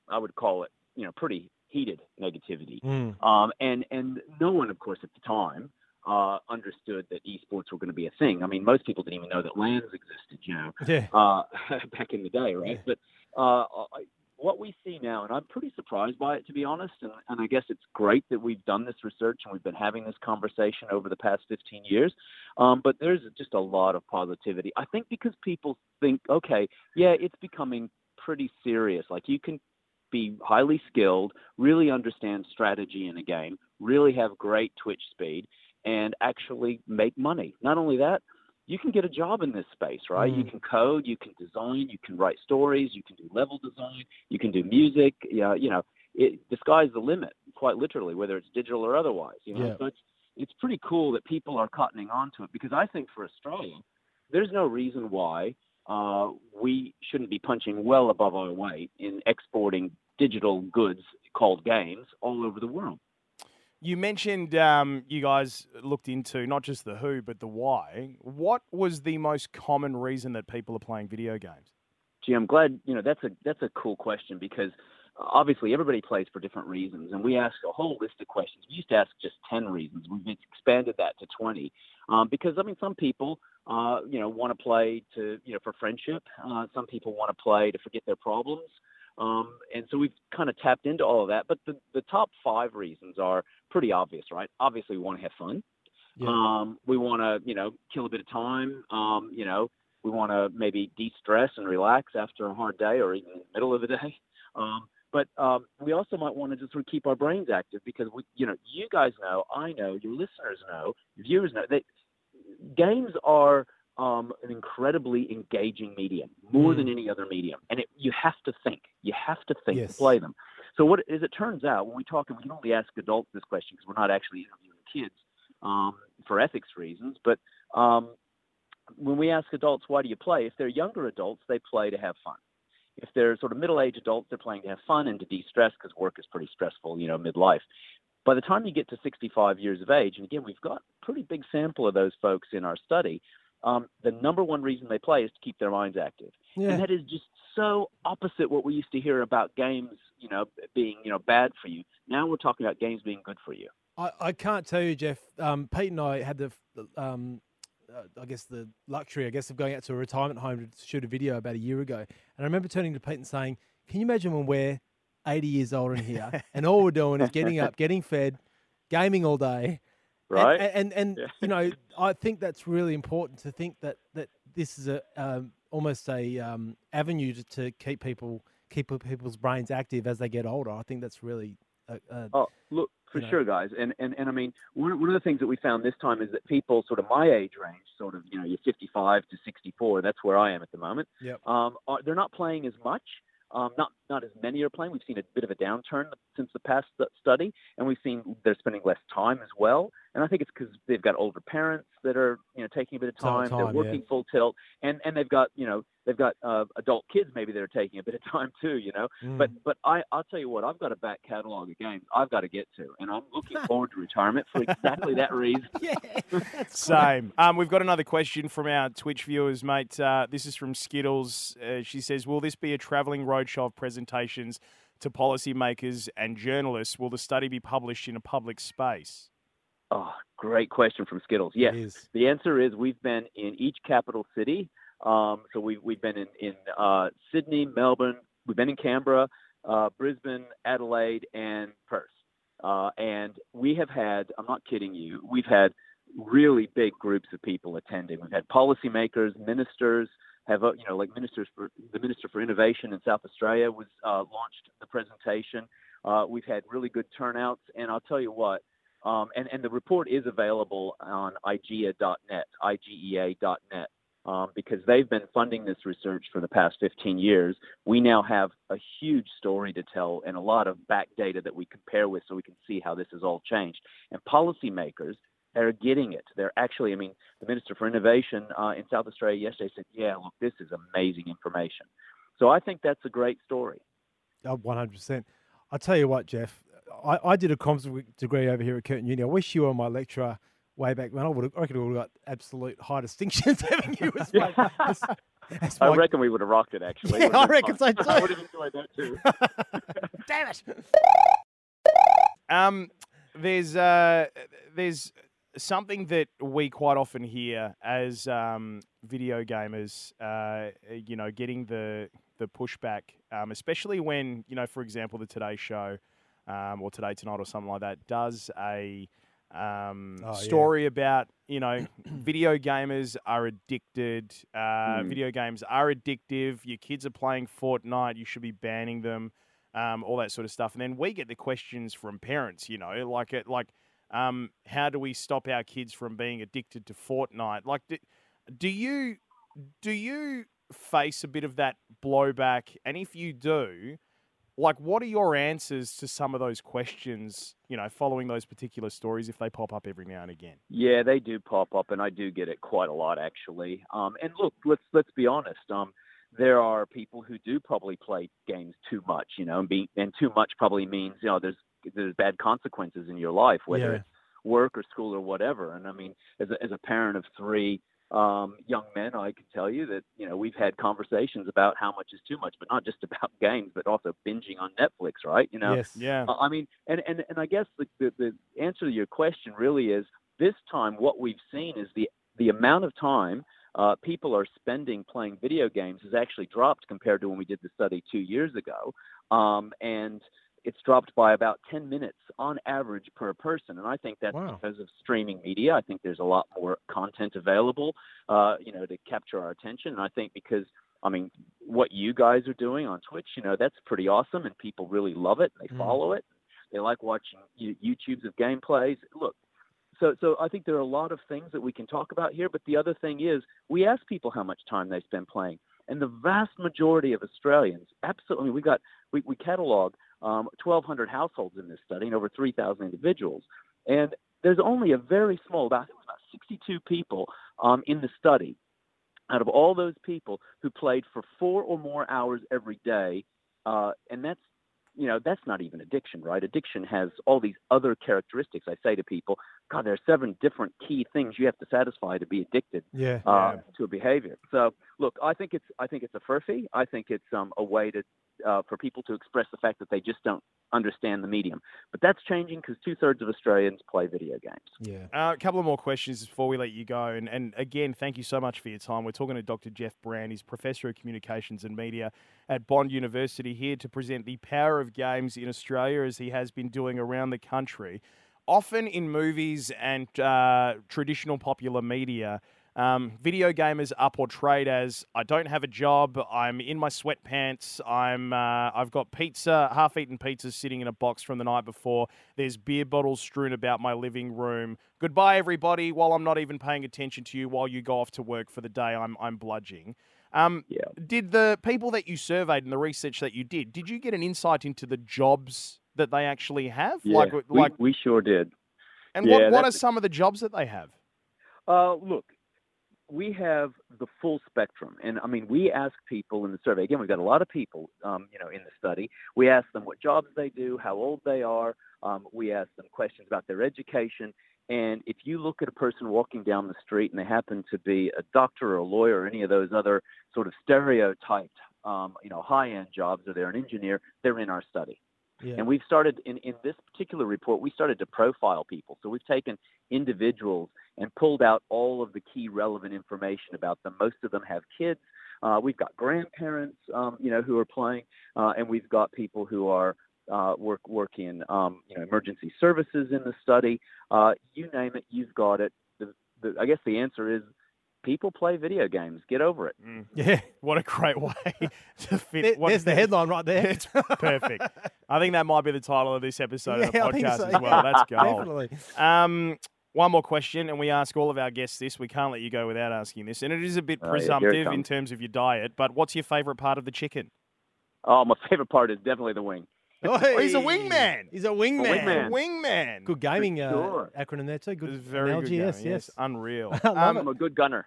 C: I would call it, you know, pretty heated negativity.
B: Mm.
C: Um, and and no one, of course, at the time uh, understood that esports were going to be a thing. I mean, most people didn't even know that lands existed, you know,
B: Yeah.
C: uh, back in the day, right? But uh, I, what we see now, and I'm pretty surprised by it, to be honest. And, and I guess it's great that we've done this research and we've been having this conversation over the past 15 years. Um, but there's just a lot of positivity. I think because people think, okay, yeah, it's becoming pretty serious. Like you can be highly skilled, really understand strategy in a game, really have great twitch speed, and actually make money. Not only that, you can get a job in this space, right? You can code, you can design, you can write stories, you can do level design, you can do music. Yeah, you know, it, the sky's the limit, quite literally, whether it's digital or otherwise. You know,
B: Yeah.
C: so it's it's pretty cool that people are cottoning on to it because I think for Australia, there's no reason why uh, we shouldn't be punching well above our weight in exporting digital goods called games all over the world.
A: You mentioned um, you guys looked into not just the who, but the why. What was the most common reason that people are playing video games?
C: Gee, I'm glad you know that's a that's a cool question because uh, obviously everybody plays for different reasons, and we ask a whole list of questions. We used to ask just ten reasons. We've expanded that to twenty um, because I mean some people uh, you know want to play to you know for friendship. Uh, some people want to play to forget their problems. Um, and so we've kind of tapped into all of that. But the, the top five reasons are pretty obvious, right? Obviously, we want to have fun.
B: Yeah.
C: Um, we want to, you know, kill a bit of time. Um, you know, we want to maybe de-stress and relax after a hard day or even in the middle of the day. Um, but um, we also might want to just sort of keep our brains active because we, you know, you guys know, I know, your listeners know, your viewers know that games are um, an incredibly engaging medium, more
B: Mm.
C: than any other medium, and it, you have to think. You have to think
B: Yes.
C: to play them. So what, as it turns out, when we talk, and we can only ask adults this question because we're not actually interviewing kids um, for ethics reasons, but um, when we ask adults why do you play, if they're younger adults, they play to have fun. If they're sort of middle-aged adults, they're playing to have fun and to de-stress because work is pretty stressful, you know, midlife. By the time you get to 65 years of age, and again, we've got a pretty big sample of those folks in our study, um, the number one reason they play is to keep their minds active. And
B: Yeah.
C: that is just so opposite what we used to hear about games, you know, being, you know, bad for you. Now we're talking about games being good for you.
B: I, I can't tell you, Jeff. Um, Pete and I had the, f- um, uh, I guess the luxury, I guess, of going out to a retirement home to shoot a video about a year ago. And I remember turning to Pete and saying, "Can you imagine when we're 80 years old in here and all we're doing is getting up, getting fed, gaming all day?" And-
C: Right?
B: And and, and
C: Yeah.
B: you know, I think that's really important to think that that this is a um, almost a um, avenue to, to keep people keep people's brains active as they get older. I think that's really uh, a, a,
C: Oh, look, for
B: you know.
C: sure, guys. And, and, and I mean, one, one of the things that we found this time is that people sort of my age range, sort of, you know, you're 55 to 64, that's where I am at the moment.
B: Yep.
C: Um, are, they're not playing as much. Um, not, not as many are playing. We've seen a bit of a downturn since the past stu- study, and we've seen they're spending less time as well. And I think it's because they've got older parents that are, you know, taking a bit of
B: It's all
C: time. They're
B: time, yeah.
C: working full tilt, and and they've got, you know, they've got uh, adult kids maybe that are taking a bit of time too, you know.
B: Mm. Hmm.
C: But but I I'll tell you what I've got a back catalog of games I've got to get to, and I'm looking forward to retirement for exactly that reason.
B: yeah, that's
A: Same. Um, we've got another question from our Twitch viewers, mate. Uh, this is from Skittles. Uh, she says, "Will this be a travelling roadshow of presentations to policymakers and journalists? Will the study be published in a public space?"
C: Oh, great question from Skittles.
B: It
C: Yes,
B: is.
C: the answer is we've been in each capital city. Um, so we've we've been in in uh, Sydney, Melbourne. We've been in Canberra, uh, Brisbane, Adelaide, and Perth. Uh, and we have had, I'm not kidding you, we've had really big groups of people attending. We've had policymakers, ministers, have, uh, you know, like ministers for, the Minister for Innovation in South Australia was uh, launched the presentation. Uh, we've had really good turnouts. And I'll tell you what, um, and, and the report is available on igea.net, E igea.net, um, because they've been funding this research for the past 15 years. We now have a huge story to tell and a lot of back data that we compare with so we can see how this has all changed. And policymakers are getting it. They're actually, I mean, the Minister for Innovation uh, in South Australia yesterday said, yeah, look, this is amazing information. So I think that's a great story.
B: Oh, One hundred percent. I tell you what, Jeff, I, I did a comms w- degree over here at Curtin Uni. I wish you were my lecturer way back when. I would have, I could have got absolute high distinctions having you as my. as- as
C: I
B: my-
C: reckon we would have rocked it, actually.
B: Yeah,
C: It would've
B: I reckon
C: been fun.
B: so, too.
C: I would have enjoyed that, too.
B: Damn it!
A: Um, there's uh, there's something that we quite often hear as um, video gamers, uh, you know, getting the the pushback, um, especially when you know, for example, the Today Show um, or Today Tonight or something like that does a um,
B: Oh, yeah.
A: story about you know video gamers are addicted uh, video games are addictive your kids are playing fortnite you should be banning them um, all that sort of stuff. And then we get the questions from parents, you know, like it, like um, how do we stop our kids from being addicted to Fortnite? Like, do, do you do you face a bit of that blowback? And if you do, like, what are your answers to some of those questions? You know, following those particular stories if they pop up every now and again.
C: Yeah, they do pop up, and I do get it quite a lot actually. Um, and look, let's let's be honest. Um, there are people who do probably play games too much, you know, and be and too much probably means you know there's there's bad consequences in your life, whether
B: Yeah.
C: it's work or school or whatever. And I mean, as a, as a parent of three um, young men, I can tell you that you know we've had conversations about how much is too much, but not just about games, but also binging on Netflix, right? You know,
B: yes.
A: Yeah.
C: I I mean, and, and, and I guess the, the, the answer to your question really is this time what we've seen is the, the amount of time uh, people are spending playing video games has actually dropped compared to when we did the study two years ago. Um, and it's dropped by about 10 minutes on average per person. And I think that's
B: Wow.
C: because of streaming media. I think there's a lot more content available, uh, you know, to capture our attention. And I think because, I mean, what you guys are doing on Twitch, you know, that's pretty awesome and people really love it. They
B: Mm.
C: follow it. They like watching you- YouTubes of gameplays. Look, so, so I think there are a lot of things that we can talk about here. But the other thing is, we ask people how much time they spend playing, and the vast majority of Australians, absolutely, I mean, we got we, we catalog um, 1,200 households in this study and over 3,000 individuals, and there's only a very small, about, I think it was about 62 people um, in the study, out of all those people who played for four or more hours every day, uh, and that's you know that's not even addiction, right? Addiction has all these other characteristics. I say to people, God, there are seven different key things you have to satisfy to be addicted
B: Yeah.
C: uh, to a behavior. So, look, I think it's I think it's a furphy. I think it's um, a way to uh, for people to express the fact that they just don't understand the medium. But that's changing because two thirds of Australians play video games.
B: Yeah.
A: Uh, a couple of more questions before we let you go. And, and again, thank you so much for your time. We're talking to Dr. Jeff Brand. He's Professor of Communications and Media at Bond University here to present the power of games in Australia as he has been doing around the country. Often in movies and uh, traditional popular media, um, video gamers are portrayed as I don't have a job, I'm in my sweatpants, I'm uh, I've got pizza, half-eaten pizza sitting in a box from the night before. There's beer bottles strewn about my living room. Goodbye, everybody. While I'm not even paying attention to you, while you go off to work for the day, I'm I'm bludging. Um,
C: Yeah.
A: Did the people that you surveyed and the research that you did, did you get an insight into the jobs that they actually have? Like,
C: we,
A: like,
C: we sure did.
A: and
C: yeah,
A: what, what are
C: that's-
A: some of the jobs that they have?
C: Uh, look, we have the full spectrum, and I mean, we ask people in the survey. Again, we've got a lot of people, um, you know, in the study. We ask them what jobs they do, how old they are. Um, we ask them questions about their education. And if you look at a person walking down the street and they happen to be a doctor or a lawyer or any of those other sort of stereotyped, um, you know, high-end jobs, or they're an engineer, they're in our study.
B: Yeah.
C: And we've started in, in this particular report, we started to profile people. So we've taken individuals and pulled out all of the key relevant information about them. Most of them have kids. Uh, we've got grandparents, um, you know, who are playing, uh, and we've got people who are uh, work work in um, you know emergency services in the study. Uh, you name it, you've got it. The, the, I guess the answer is people play video games. Get over it.
B: Yeah.
A: What a great way to fit.
B: There-
A: what-
B: There's the headline right there.
A: It's perfect. I think that might be the title of this episode of the
B: Yeah, I think
A: podcast
B: so.
A: as well. That's gold.
B: Definitely.
A: Um, one more question, and we ask all of our guests this. We can't let you go without asking this, and it is a bit
C: Oh, yeah, here it
A: presumptive in
C: comes.
A: terms of your diet. But what's your favourite part of the chicken?
C: Oh, my favorite part is definitely the wing.
A: he's a
B: Oh, Hey.
A: wingman.
B: He's a wingman.
C: wingman. Man.
A: Wingman.
B: Good gaming uh,
C: sure.
B: acronym there too. Good
A: It's very
B: analogy.
A: good.
B: yes,
A: going,
B: yes.
A: Unreal. Um,
B: I love
C: I'm a good gunner.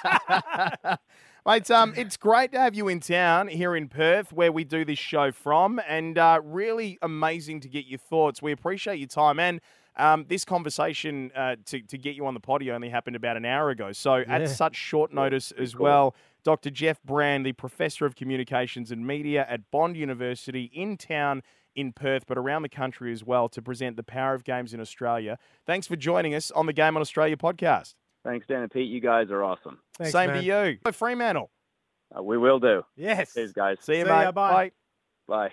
A: Mate, um, it's great to have you in town here in Perth, where we do this show from, and uh, really amazing to get your thoughts. We appreciate your time, and um, this conversation uh, to, to get you on the potty only happened about an hour ago. So,
B: Yeah.
A: at such short notice as
C: cool.
A: well, Dr. Jeff Brand, the Professor of Communications and Media at Bond University in town in Perth, but around the country as well, to present the power of games in Australia. Thanks for joining us on the Game on Australia podcast.
C: Thanks, Dan and Pete. You guys are awesome.
B: Thanks,
A: Same to
B: man.
A: you. Go Fremantle.
C: Uh, we will do.
B: Yes.
C: Cheers, guys.
A: See you,
B: See
A: mate.
B: ya, bye.
C: Bye.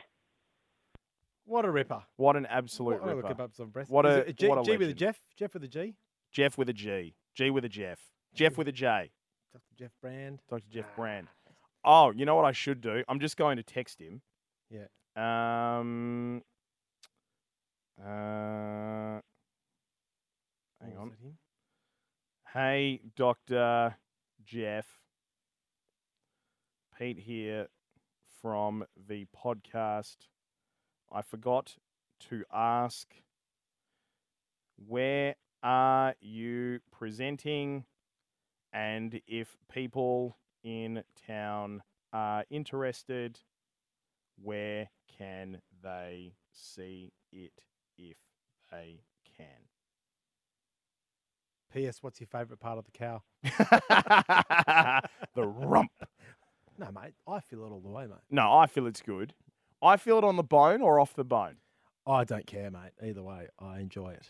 B: What a ripper.
A: What an absolute
B: What- I'm gonna
A: ripper.
B: look up some breasts.
A: What
B: Is
A: a-
B: it G,
A: what a
B: G with a
A: legend.
B: Jeff. Jeff with a G.
A: Jeff with a G. G with a Jeff. Jeff with a J.
B: Dr. Jeff Brand.
A: Dr. Jeff Brand. Oh, you know what I should do? I'm just going to text him.
B: Yeah.
A: Um. Uh. Hang
B: Or
A: on.
B: was it him?
A: Hey, Dr. Jeff. Pete here from the podcast. I forgot to ask where are you presenting and if people in town are interested, where can they see it if they can?
B: P.S. What's your favourite part of the cow?
A: the rump.
B: No, mate. I feel it all the way, mate.
A: No, I feel it's good. I feel it on the bone or off the bone.
B: I don't care, mate. Either way, I enjoy it.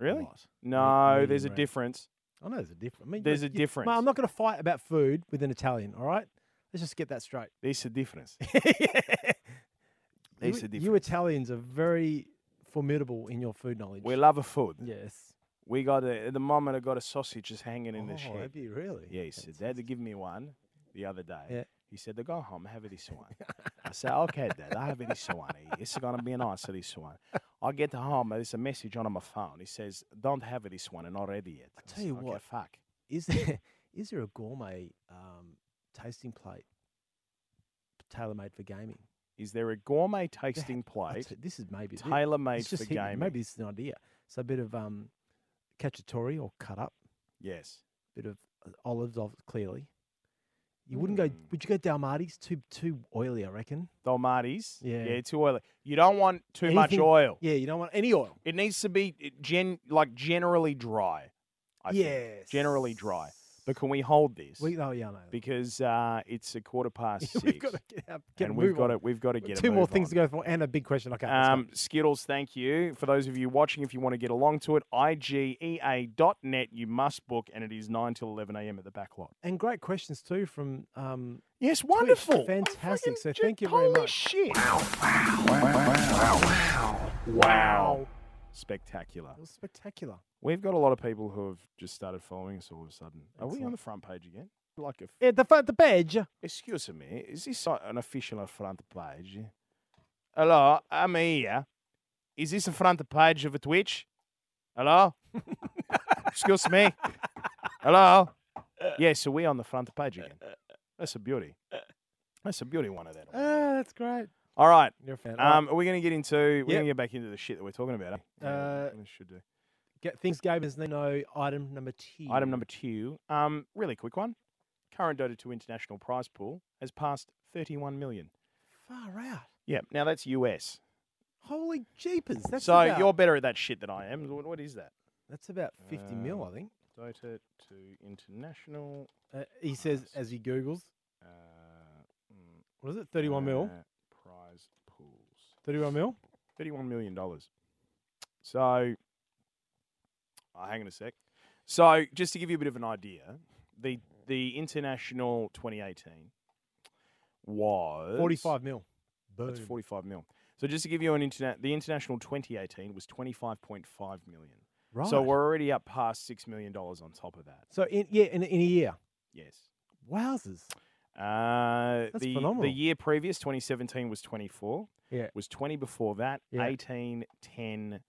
B: a
A: Really?
B: lot.
A: No,
B: medium
A: there's a
B: rare.
A: difference.
B: I know there's a difference. I mean,
A: There's
B: you-
A: a
B: you-
A: difference.
B: Mate, I'm not going to fight about food with an Italian. All right. Let's just get that straight.
A: There's a difference.
B: You-
A: It's a
B: You
A: different.
B: Italians are very formidable in your food knowledge.
A: We love a food.
B: yes.
A: We got a, at the moment. I got a sausage just hanging in the
B: oh,
A: shed.
B: have you really?
A: Yeah, he said, Dad, to give me one the other day.
B: Yeah.
A: He said, to go home, have this one. I said, okay, Dad, I have this one. It's going to be nice, this one. I get home, there's a message on my phone. He says, don't have this one, and not ready yet. I
B: tell
A: said,
B: you
A: "Okay,
B: what,
A: fuck.
B: Is there is there a gourmet um, tasting plate tailor made for gaming?
A: Is there a gourmet
B: There
A: tasting
B: ha- I'll
A: plate
B: t- This is maybe thi-
A: tailor made
B: it's
A: for
B: just hidden.
A: gaming?
B: Maybe this is an idea. So a bit of um, cacciatore or cut up,
A: Yes.
B: bit of uh, olives, of clearly. You wouldn't go.
A: Mm.
B: Would you go Dalmatis? Too too oily, I reckon.
A: Dalmatis.
B: Yeah.
A: Yeah, too oily. You don't want too much
B: Anything-
A: oil.
B: Yeah, you don't want any oil.
A: It needs to be uh, gen like generally dry. I think.
B: yes.
A: Generally dry. But can we hold this?
B: We, oh yeah, I know.
A: because uh, it's it's a quarter past six,
B: we've got to get out. Get
A: and
B: a
A: we've
B: move
A: got
B: on.
A: to we've got to get a
B: Two more
A: move
B: things
A: on.
B: to go for, and a big question. Okay. let's go.
A: Um, Skittles, thank you. For those of you watching, if you want to get along to it, E igea.net, you must book, and it is 9 till 11 a.m. at the back lot.
B: and great questions too from um,
A: Yes, wonderful. I
B: Fantastic.
A: freaking
B: So
A: ju-
B: thank you very
A: holy
B: much.
A: shit. Wow, wow, wow, wow, wow. Spectacular.
B: it was spectacular.
A: We've got a lot of people who have just started following us all of a sudden. Are we on
B: Excellent.
A: the front page again? Like a
B: At the front, the page.
A: Excuse me, is this not an official front page? Hello, I'm here. Is this a front page of a Twitch? Hello? Excuse me? Hello? Yeah, so we're on the front page again. That's a beauty. That's a beauty one of that.
B: Ah, that's great.
A: All right.
B: You're a fan. All right.
A: Um, we're going to get into, we're going
B: Yep.
A: to get back into the shit that we're talking about. eh? Yeah,
B: Uh,
A: we should do.
B: Get things gave us no item number two.
A: Item number two, um, really quick one. Current Dota 2 international prize pool has passed 31 million.
B: far out.
A: Yeah, now that's US.
B: Holy jeepers! That's
A: so
B: about,
A: you're better at that shit than I am. What, what is that?
B: that's about fifty
A: Uh,
B: mil, I think.
A: Dota to international.
B: Uh,
A: ah,
B: he says
A: prize.
B: as he googles,
A: Uh, mm,
B: what is it? Thirty-one mil.
A: uh, Prize pools.
B: Thirty-one mil.
A: Thirty-one million dollars. So, oh, hang on a sec. So, just to give you a bit of an idea, the the international 2018 was
B: Forty-five mil.
A: That's 45 mil. So, just to give you an internet, the international 2018 was 25.5 million.
B: Right.
A: So we're already up past six million dollars on top of that.
B: So in yeah, in, in a year.
A: Yes.
B: Wowzers.
A: Uh,
B: That's
A: the, The
B: phenomenal.
A: year previous, 2017, was 24.
B: Yeah.
A: Was 20 before that,
B: Yeah.
A: eighteen, ten, 18, 10,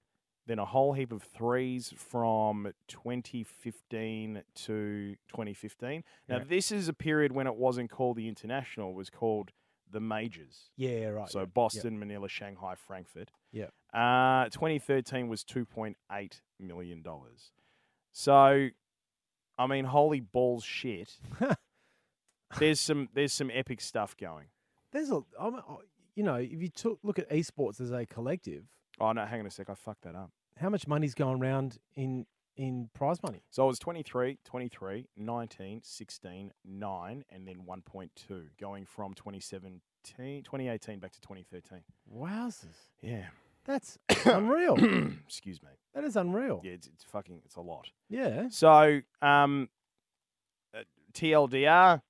A: then a whole heap of threes from 2015 to 2015. Now,
B: Yeah.
A: this is a period when it wasn't called the international, it was called the majors.
B: Yeah. Right.
A: So Boston, Manila, Shanghai, Frankfurt.
B: Yep.
A: Uh, 2013 was 2.8 million dollars. So, I mean, holy balls, shit. there's some there's some epic stuff going.
B: There's a, I'm, I- you know, if you took look at esports as a collective,
A: Oh no, hang on a sec, I fucked that up.
B: how much money's going round in in prize money?
A: So I was 23, 23, 19, 16, 9, and then 1.2, going from 2017, 2018 back to 2013.
B: Wowzers.
A: Yeah.
B: That's unreal.
A: Excuse me.
B: That is unreal.
A: Yeah, it's, it's fucking, it's a lot.
B: Yeah.
A: So, um, uh, TLDR,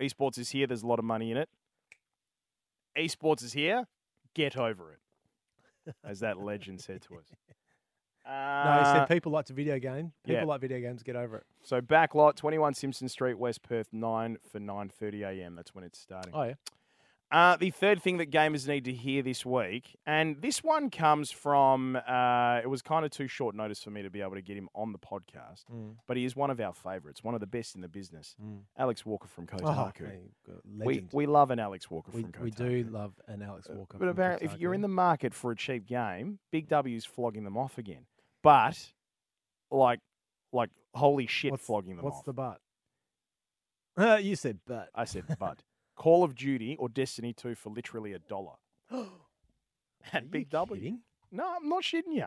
A: esports is here. There's a lot of money in it. Esports is here. Get over it, as that legend said to us.
B: No, he
A: Uh,
B: said people like to video game. People
A: yeah.
B: like video games. Get over it.
A: so backlot, 21 Simpson Street, West Perth, nine for 9:30 a.m. That's when it's starting.
B: Oh yeah.
A: Uh, the third thing that gamers need to hear this week, and this one comes from, uh, it was kind of too short notice for me to be able to get him on the podcast,
B: Mm.
A: but he is one of our favourites, one of the best in the business.
B: Mm.
A: Alex Walker from
B: Oh,
A: Kotaku.
B: okay. Good.
A: we,
B: legend.
A: we love an Alex Walker
B: we,
A: from Kotaku. Uh,
B: we do love an Alex Walker.
A: But
B: from
A: apparently, if you're in
B: Kotaku.
A: the market for a cheap game, Big W's flogging them off again. But, like, like holy shit,
B: what's,
A: flogging them
B: what's
A: off.
B: the but? Uh, you said but.
A: I said, but Call of Duty or Destiny 2 for literally a dollar
B: Are
A: at
B: you
A: Big Uh, W.
B: kidding?
A: No, I'm not shitting you.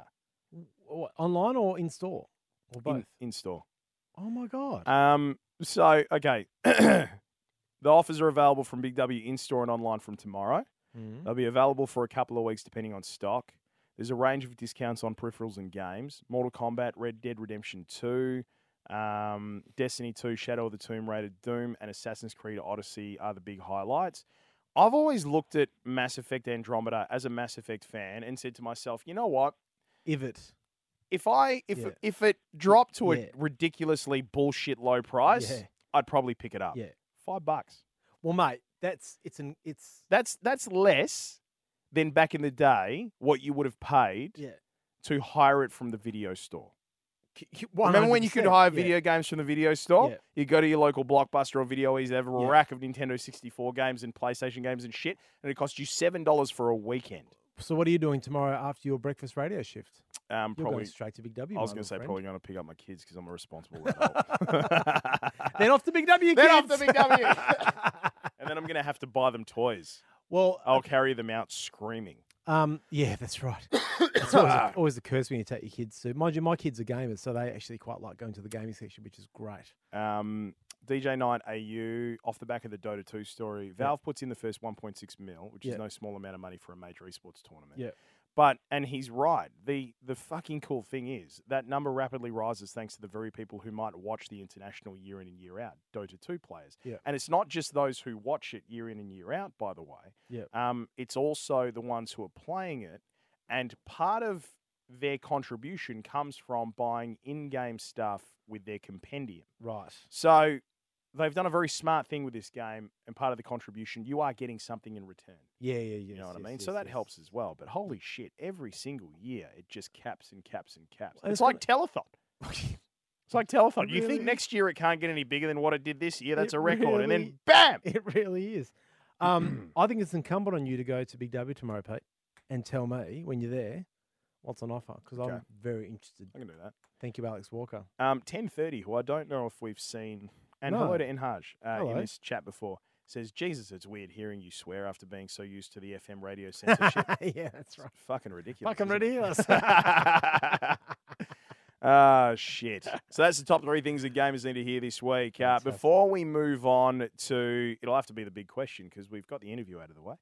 B: What, online or in store or both?
A: In, in store.
B: oh my god.
A: Um, so, okay. the offers are available from Big W in store and online from tomorrow.
B: Mm.
A: They'll be available for a couple of weeks depending on stock. There's a range of discounts on peripherals and games Mortal Kombat, Red Dead Redemption 2, um, Destiny 2, Shadow of the Tomb Raider, Doom, and Assassin's Creed Odyssey are the big highlights. I've always looked at Mass Effect Andromeda as a Mass Effect fan and said to myself, you know what?
B: If it.
A: If I if
B: Yeah.
A: if it dropped to
B: Yeah.
A: a ridiculously bullshit low price,
B: Yeah.
A: I'd probably pick it up.
B: Yeah.
A: Five bucks.
B: Well, mate, that's it's an it's
A: That's that's less than back in the day what you would have paid
B: yeah.
A: to hire it from the video store.
B: Oh,
A: Remember when you could
B: 100%,
A: hire
B: yeah.
A: video games from the video store?
B: Yeah.
A: You go to your local Blockbuster or Video Ease, they have a
B: Yeah.
A: rack of Nintendo 64 games and PlayStation games and shit, and it costs you $7 for a weekend.
B: So what are you doing tomorrow after your breakfast radio shift?
A: Um,
B: You're
A: probably,
B: going straight to Big W.
A: I was going
B: my
A: to
B: little
A: say,
B: friend.
A: probably going to pick up my kids because I'm a responsible adult.
B: Then off to Big W.
A: Then off to
B: kids.
A: Big W. and then I'm going to have to buy them toys.
B: well, uh,
A: I'll carry them out screaming.
B: um, yeah, that's right. It's always, a- always the curse when you take your kids to. Mind you, my kids are gamers, so they actually quite like going to the gaming section, which is great.
A: Um, DJ Knight AU, off the back of the Dota 2 story, Valve puts in the first 1.6 mil, which
B: Yeah.
A: is no small amount of money for a major esports tournament.
B: Yeah.
A: But, and he's right. The, the fucking cool thing is that number rapidly rises thanks to the very people who might watch the international year in and year out, Dota 2 players.
B: Yeah.
A: And it's not just those who watch it year in and year out, by the way.
B: Yeah.
A: Um, it's also the ones who are playing it. And part of their contribution comes from buying in game stuff with their compendium.
B: Right.
A: So they've done a very smart thing with this game, and part of the contribution, you are getting something in return.
B: Yeah, yeah, yeah.
A: You know what I mean? so that helps as well. But holy shit, every single year it just caps and caps and caps.
B: Well,
A: it's
B: it's
A: like telethon. It's like telethon. You think
B: Really?
A: next year it can't get any bigger than what it did this year? That's
B: It
A: a record. And
B: really-
A: then bam!
B: It really is. Um, I think it's incumbent on you to go to Big W tomorrow, Pete, and tell me when you're there what's on offer because
A: Okay.
B: I'm very interested.
A: I can do that.
B: Thank you, Alex Walker.
A: Um, ten thirty. Who I don't know if we've seen. And
B: No. Oh,
A: hello to Enhaj uh, in
B: Hello.
A: this chat before. Says Jesus, it's weird hearing you swear after being so used to the FM radio censorship.
B: yeah, that's right.
A: It's fucking ridiculous.
B: Fucking
A: isn't it?
B: ridiculous.
A: Ah, shit. So that's the top three things that gamers need to hear this week. Uh,
B: Fantastic.
A: before we move on to, it'll have to be the big question because we've got the interview out of the way.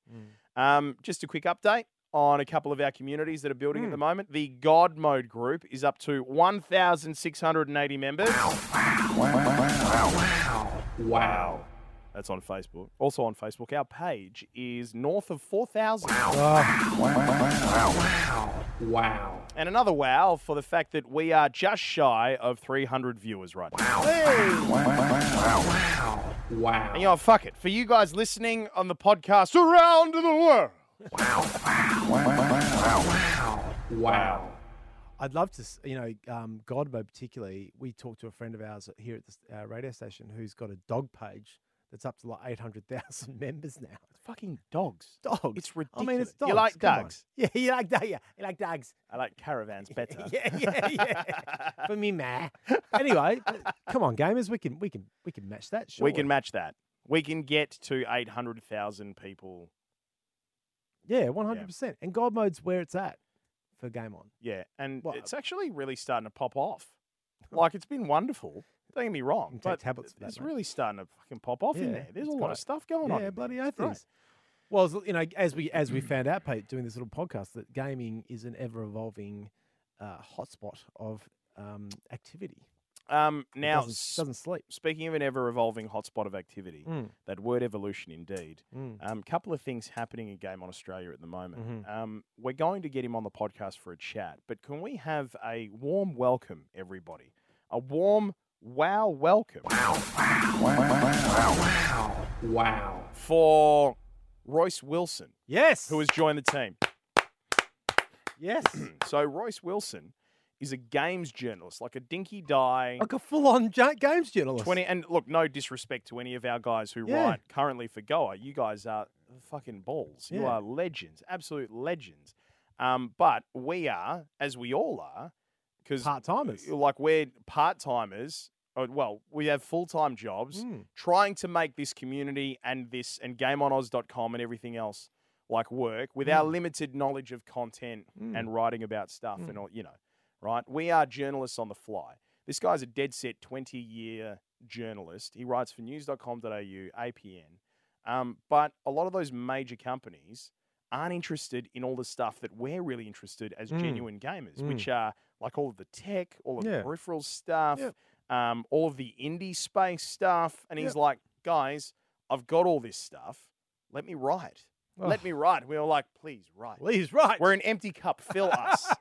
A: Um, just a quick update on a couple of our communities that are building at the moment. The God Mode group is up to 1,680 members. Wow. That's on Facebook. Also on Facebook, our page is north of 4,000. And another wow for the fact that we are just shy of 300 viewers right now. Wow. Wow. Wow. And you know, fuck it. For you guys listening on the podcast around the world.
B: I'd love to, s- you know, um, Godmo particularly. We talked to a friend of ours here at this uh, radio station who's got a dog page that's up to like eight hundred thousand members now.
A: Fucking dogs.
B: Dogs.
A: It's
B: I mean,
A: ridiculous.
B: it's dogs.
A: You like
B: come on.
A: dogs?
B: Yeah, you like dogs. Yeah, you like dogs.
A: I like caravans better.
B: Yeah, yeah, yeah. For me, meh. Anyway, but come on, gamers. We can, we can, we can match that.
A: We can
B: surely.
A: match that. We can get to 800,000 people.
B: Yeah, one hundred percent. And God mode's where it's at for game on.
A: Yeah. And
B: Well,
A: it's actually really starting to pop off. Like, it's been wonderful. Don't get me wrong.
B: can take
A: But
B: tablets for that,
A: it's
B: mate.
A: really starting to fucking pop off in
B: Yeah,
A: there. There's a
B: it's
A: lot
B: great.
A: of stuff going on.
B: yeah,
A: in there.
B: bloody
A: It's
B: oath
A: great.
B: it is. Well, as- you know, as we as we found out, Pete, doing this little podcast, that gaming is an ever evolving uh, hotspot of um, activity.
A: Um,
B: It
A: now,
B: doesn't,
A: s-
B: doesn't sleep.
A: speaking of an ever evolving hotspot of activity,
B: Mm.
A: that word evolution indeed.
B: Mm.
A: A um, couple of things happening in Game on Australia at the moment.
B: Mhm.
A: Um, we're going to get him on the podcast for a chat, but can we have a warm welcome, everybody? A warm wow welcome. Wow, wow, wow, wow, wow. For Royce Wilson,
B: Yes,
A: who has joined the team.
B: yes,
A: So, Royce Wilson is a games journalist, like a dinky die.
B: like a full on ja- games journalist.
A: 20 and look no disrespect to any of our guys who
B: Yeah.
A: write currently for goa you guys are fucking balls you
B: Yeah.
A: are legends absolute legends um, but we are as we all are because
B: part timers.
A: like we're part-timers uh, well we have full-time jobs
B: Mm.
A: trying to make this community and this and gameonoz.com and everything else like work with our limited knowledge of content and writing about stuff and all you know right we are journalists on the fly this guy's a dead set 20 year journalist he writes for news.com.au apn um, but a lot of those major companies aren't interested in all the stuff that we're really interested as
B: Mm.
A: genuine gamers
B: Mm.
A: which are like all of the tech all of
B: Yeah.
A: the peripheral stuff
B: Yep.
A: um, all of the indie space stuff and he's like guys I've got all this stuff. Let me write.
B: Oh.
A: Let me write. We were like, please write.
B: Lee's right.
A: We're an empty cup. Fill us.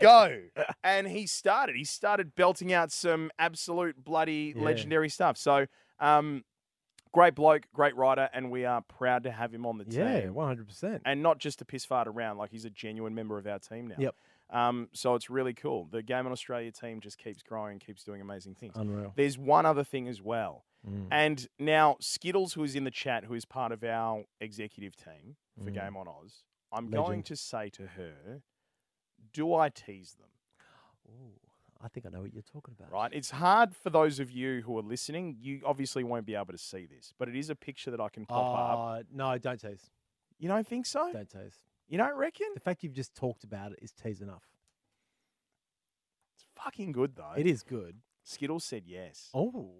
A: Go. And he started. He started belting out some absolute bloody
B: Yeah.
A: legendary stuff. So, um, great bloke, great writer, and we are proud to have him on the
B: yeah,
A: team.
B: 100%.
A: And not just to piss fart around. Like he's a genuine member of our team now.
B: Yep.
A: Um, so it's really cool. The Game on Australia team just keeps growing, keeps doing amazing things.
B: Unreal.
A: There's one other thing as well.
B: Uh. Mm.
A: And now Skittles, who is in the chat, who is part of our executive team for
B: Mm.
A: Game on Oz, I'm going
B: Legend.
A: to say to her, do I tease them?
F: Ooh, I think I know what you're talking about.
A: Right? It's hard for those of you who are listening. You obviously won't be able to see this, but it is a picture that I can pop up.
B: Uh, no, don't tease.
A: You don't think so?
B: Don't tease.
A: You don't reckon?
B: The fact you've just talked about it is tease enough.
A: It's fucking good though.
B: It is good.
A: Skittles said yes.
B: Oh.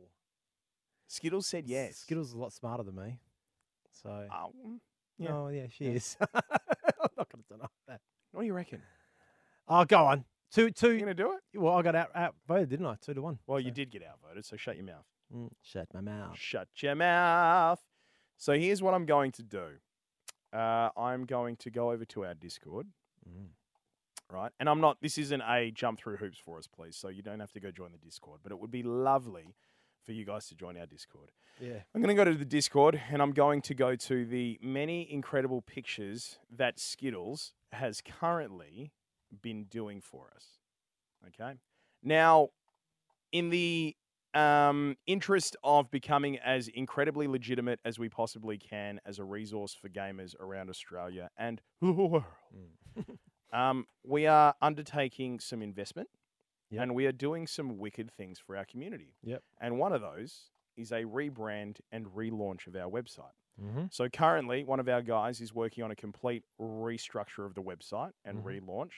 A: Skittles said yes.
B: Skittles is a lot smarter than me. So.
A: Oh, mm, yeah.
B: Oh, yeah, she is. I'm not going to deny that.
A: what do you reckon?
B: Oh, go on. Two,
A: You
B: two.
A: gonna do it?
B: Well, I got out outvoted, didn't I? Two to one.
A: Well,
B: so-
A: you did get outvoted, so shut your mouth.
B: Mm, shut my mouth.
A: Shut your mouth. So here's what I'm going to do. Uh, I'm going to go over to our Discord,
B: Mm.
A: right? And I'm not. This isn't a jump through hoops for us, please. So you don't have to go join the Discord, but it would be lovely for you guys to join our Discord.
B: Yeah.
A: I'm going to go to the Discord, and I'm going to go to the many incredible pictures that Skittles has currently been doing for us. Okay. Now, in the um, interest of becoming as incredibly legitimate as we possibly can as a resource for gamers around Australia and the world, um, we are undertaking some investment
B: Yep.
A: and we are doing some wicked things for our community.
B: Yep.
A: And one of those is a rebrand and relaunch of our website.
B: Mm-hmm.
A: So currently, one of our guys is working on a complete restructure of the website and
B: Mhm.
A: relaunch.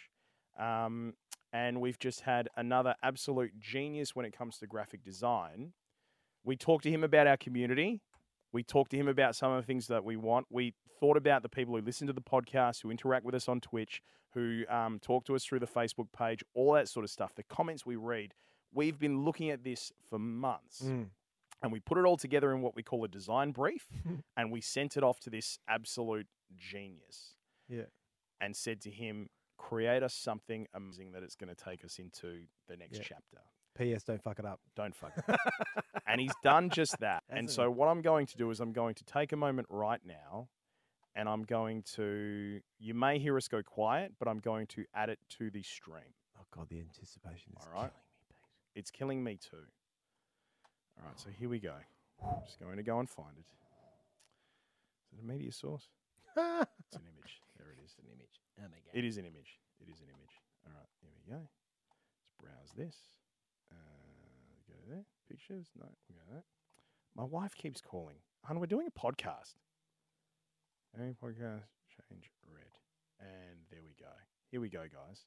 A: Um, and we've just had another absolute genius when it comes to graphic design. We talked to him about our community. We talked to him about some of the things that we want. We thought about the people who listen to the podcast, who interact with us on Twitch, who um, talk to us through the Facebook page, all that sort of stuff, the comments we read. We've been looking at this for
F: Mm-hmm.
A: months
B: Mm.
A: and we put it all together in what we call a design brief and we sent it off to this absolute genius
B: Yeah.
A: and said to him create us something amazing that it's going to take us into the next
B: Yeah.
A: chapter
B: P.S. Don't fuck it up.
A: don't fuck it up." and he's done just that and
B: Hasn't
A: so what i'm going to do is i'm going to take a moment right now and i'm going to you may hear us go quiet but i'm going to add it to the stream
B: Oh God, the anticipation is
A: All right.
B: killing me, Pete.
A: it's killing me too all right so here we go i'm just going to go and find it is it a media source It's an image. There it is. An image.
F: Oh my God.
A: It is an image. It is an image. All right, here we go. Let's browse this. Uh, go to there. Pictures. No, we go to that. My wife keeps calling. Hun, we're doing a podcast. Any podcast change red. And there we go. Here we go, guys.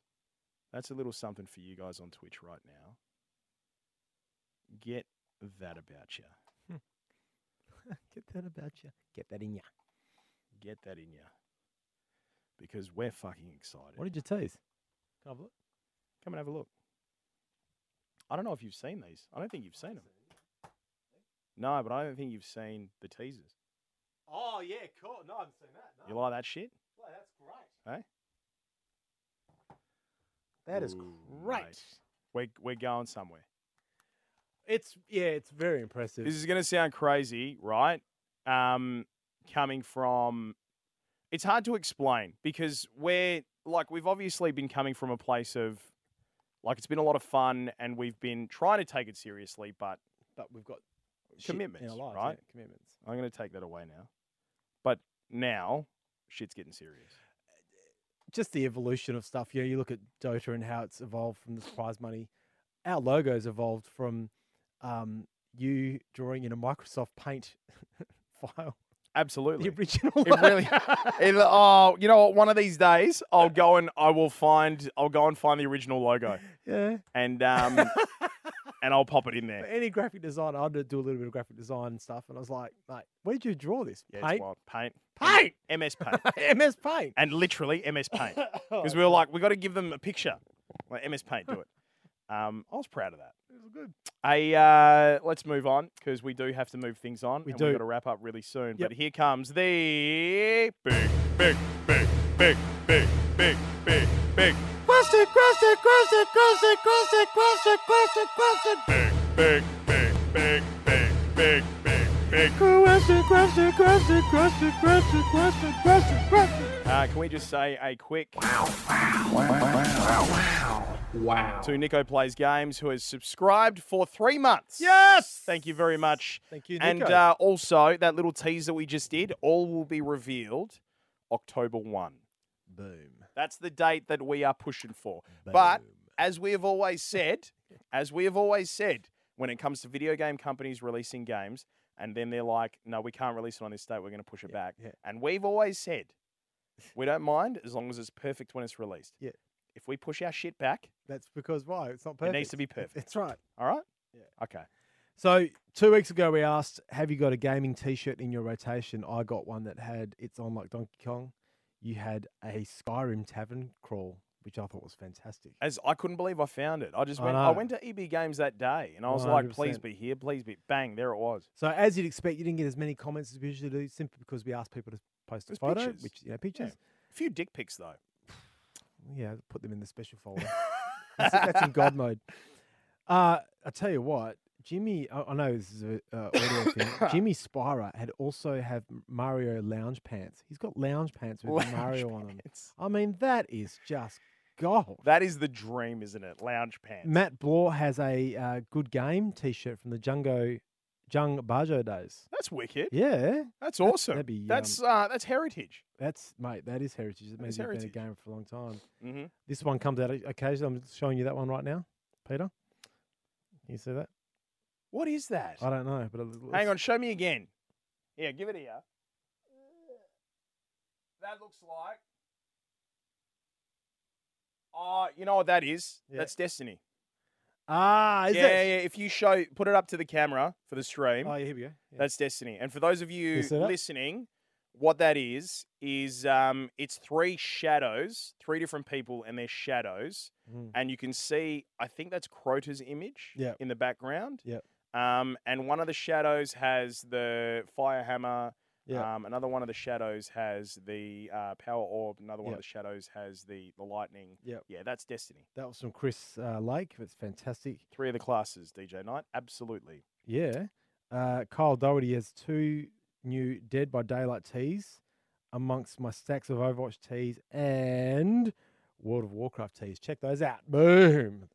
A: That's a little something for you guys on Twitch right now. Get that about you.
F: Get that about you. Get that in ya.
A: Get that in you. Because we're fucking excited.
B: What did you tease? Can I have a look?
A: Come and have a look. I don't know if you've seen these. I don't think you've seen them. No, but I don't think you've seen the teasers.
B: Oh yeah, cool. No, I haven't seen that.
A: You like that shit?
B: that's great.
A: Hey?
B: That is
A: Ooh,
B: great.
A: mate. We're, we're going somewhere.
B: It's yeah, it's very impressive.
A: This is going to sound crazy, right? Um, coming from. It's hard to explain because we're like, we've obviously been coming from a place of like, it's been a lot of fun and we've been trying to take it seriously, but
B: but we've got shit
A: Commitments,
B: in our lives,
A: right?
B: yeah, commitments.
A: I'm going to take that away now. But now, shit's getting serious.
B: Just the evolution of stuff. You know, you look at Dota and how it's evolved from this prize money. Our logo's evolved from um, you drawing in a Microsoft Paint file,
A: Absolutely.
B: the original.
A: It really-
B: logo.
A: Either- oh, you know what? One of these days, I'll go and I will find. I'll go and find the original logo,
B: yeah.
A: and um, and I'll pop it in
B: But
A: there.
B: any graphic designer, I did do a little bit of graphic design and stuff, and I was like, mate, where did you draw this?
A: Yeah, it's
B: paint,
A: wild. Paint,
B: Paint!
A: MS Paint,
B: MS Paint.
A: and literally MS Paint,
B: Oh,
A: because we were like, we got to give them a picture. Like MS Paint, do it. Um, I was proud of that.
B: It was good.
A: A, uh, let's move on because we do have to move things on.
B: We
A: and
B: do.
A: We've got to wrap up really soon.
B: Yep.
A: But here comes the big, big, big, big, big, big, big, big,
B: Question, question, question, question, question, question, question, question.
A: big, big, big, big, big, big, big, big.
B: Question, question, question, question, question, question, question, question.
A: Uh, can we just say a quick to Nico Plays Games, who has subscribed for three months?
B: Yes!
A: Thank you very much.
B: Thank you,
A: And
B: Nico.
A: uh, also, that little teaser we just did, all will be revealed October 1.
B: Boom.
A: That's the date that we are pushing for. But as we have always said, as we have always said, when it comes to video game companies releasing games, and then they're like, no, we can't release it on this date, we're going to push it back.
B: yeah.
A: And we've always said, we don't mind as long as it's perfect when it's released.
B: Yeah.
A: If we push our shit back,
B: That's because why? It's not perfect.
A: it needs to be perfect.
B: That's right.
A: All right?
B: Yeah.
A: Okay.
B: So two weeks ago, we asked, "Have you got a gaming T-shirt in your rotation?" I got one that had "It's on like Donkey Kong." You had a Skyrim tavern crawl, which I thought was fantastic.
A: As I couldn't believe I found it. I just
B: I
A: went, I
B: know.
A: went to EB Games that day and I was like, please
B: 100%.
A: be here, please be. Bang, there it was.
B: So as you'd expect, you didn't get as many comments as we usually do, simply because we asked people to post a
A: Just
B: photo,
A: pictures.
B: which you know pictures.
A: A few dick pics, though.
B: Yeah, put them in the special folder. that's, that's in God mode. Uh, I tell you what, Jimmy. I, I know this is a uh, audio thing. Jimmy Spira had also have Mario lounge pants. He's got lounge pants with
A: Lounge
B: Mario on them.
A: pants.
B: I mean, that is just gold.
A: That is the dream, isn't it? Lounge pants.
B: Matt Blore has a uh, good game T-shirt from the Jungo Jung Bajo days.
A: That's wicked.
B: Yeah,
A: That's awesome.
B: that'd be, um,
A: that's uh, that's heritage.
B: that's mate. That is heritage. That means
A: is
B: you've been a
A: heritage.
B: gamer for a long time.
A: Mm-hmm.
B: This one comes out o- occasionally. I'm showing you that one right now, Peter. Can you see that?
A: What is that?
B: I don't know, but it looks-
A: Hang on, show me again. Yeah, give it here. That looks like. Oh, you know what that is?
B: Yeah.
A: That's Destiny.
B: Ah, is
A: yeah,
B: it?
A: yeah. If you show, put it up to the camera for the stream.
B: Oh, yeah, here we go. Yeah.
A: That's Destiny. And for those of you
B: see that?
A: listening, what that is is um, it's three shadows, three different people and their shadows,
B: Mm.
A: and you can see. I think that's Crota's image
B: Yep.
A: in the background.
B: Yep.
A: Um, and one of the shadows has the fire hammer.
B: Yep.
A: Um, another one of the shadows has the uh, power orb. Another one of
B: Yep.
A: the shadows has the the lightning.
B: Yep.
A: Yeah, that's Destiny.
B: That was from Chris uh, Lake. It's fantastic.
A: Three of the classes, DJ Knight. Absolutely.
B: Yeah. Uh, Kyle Doherty has two new Dead by Daylight tees amongst my stacks of Overwatch tees and World of Warcraft tees. Check those out. Boom. Can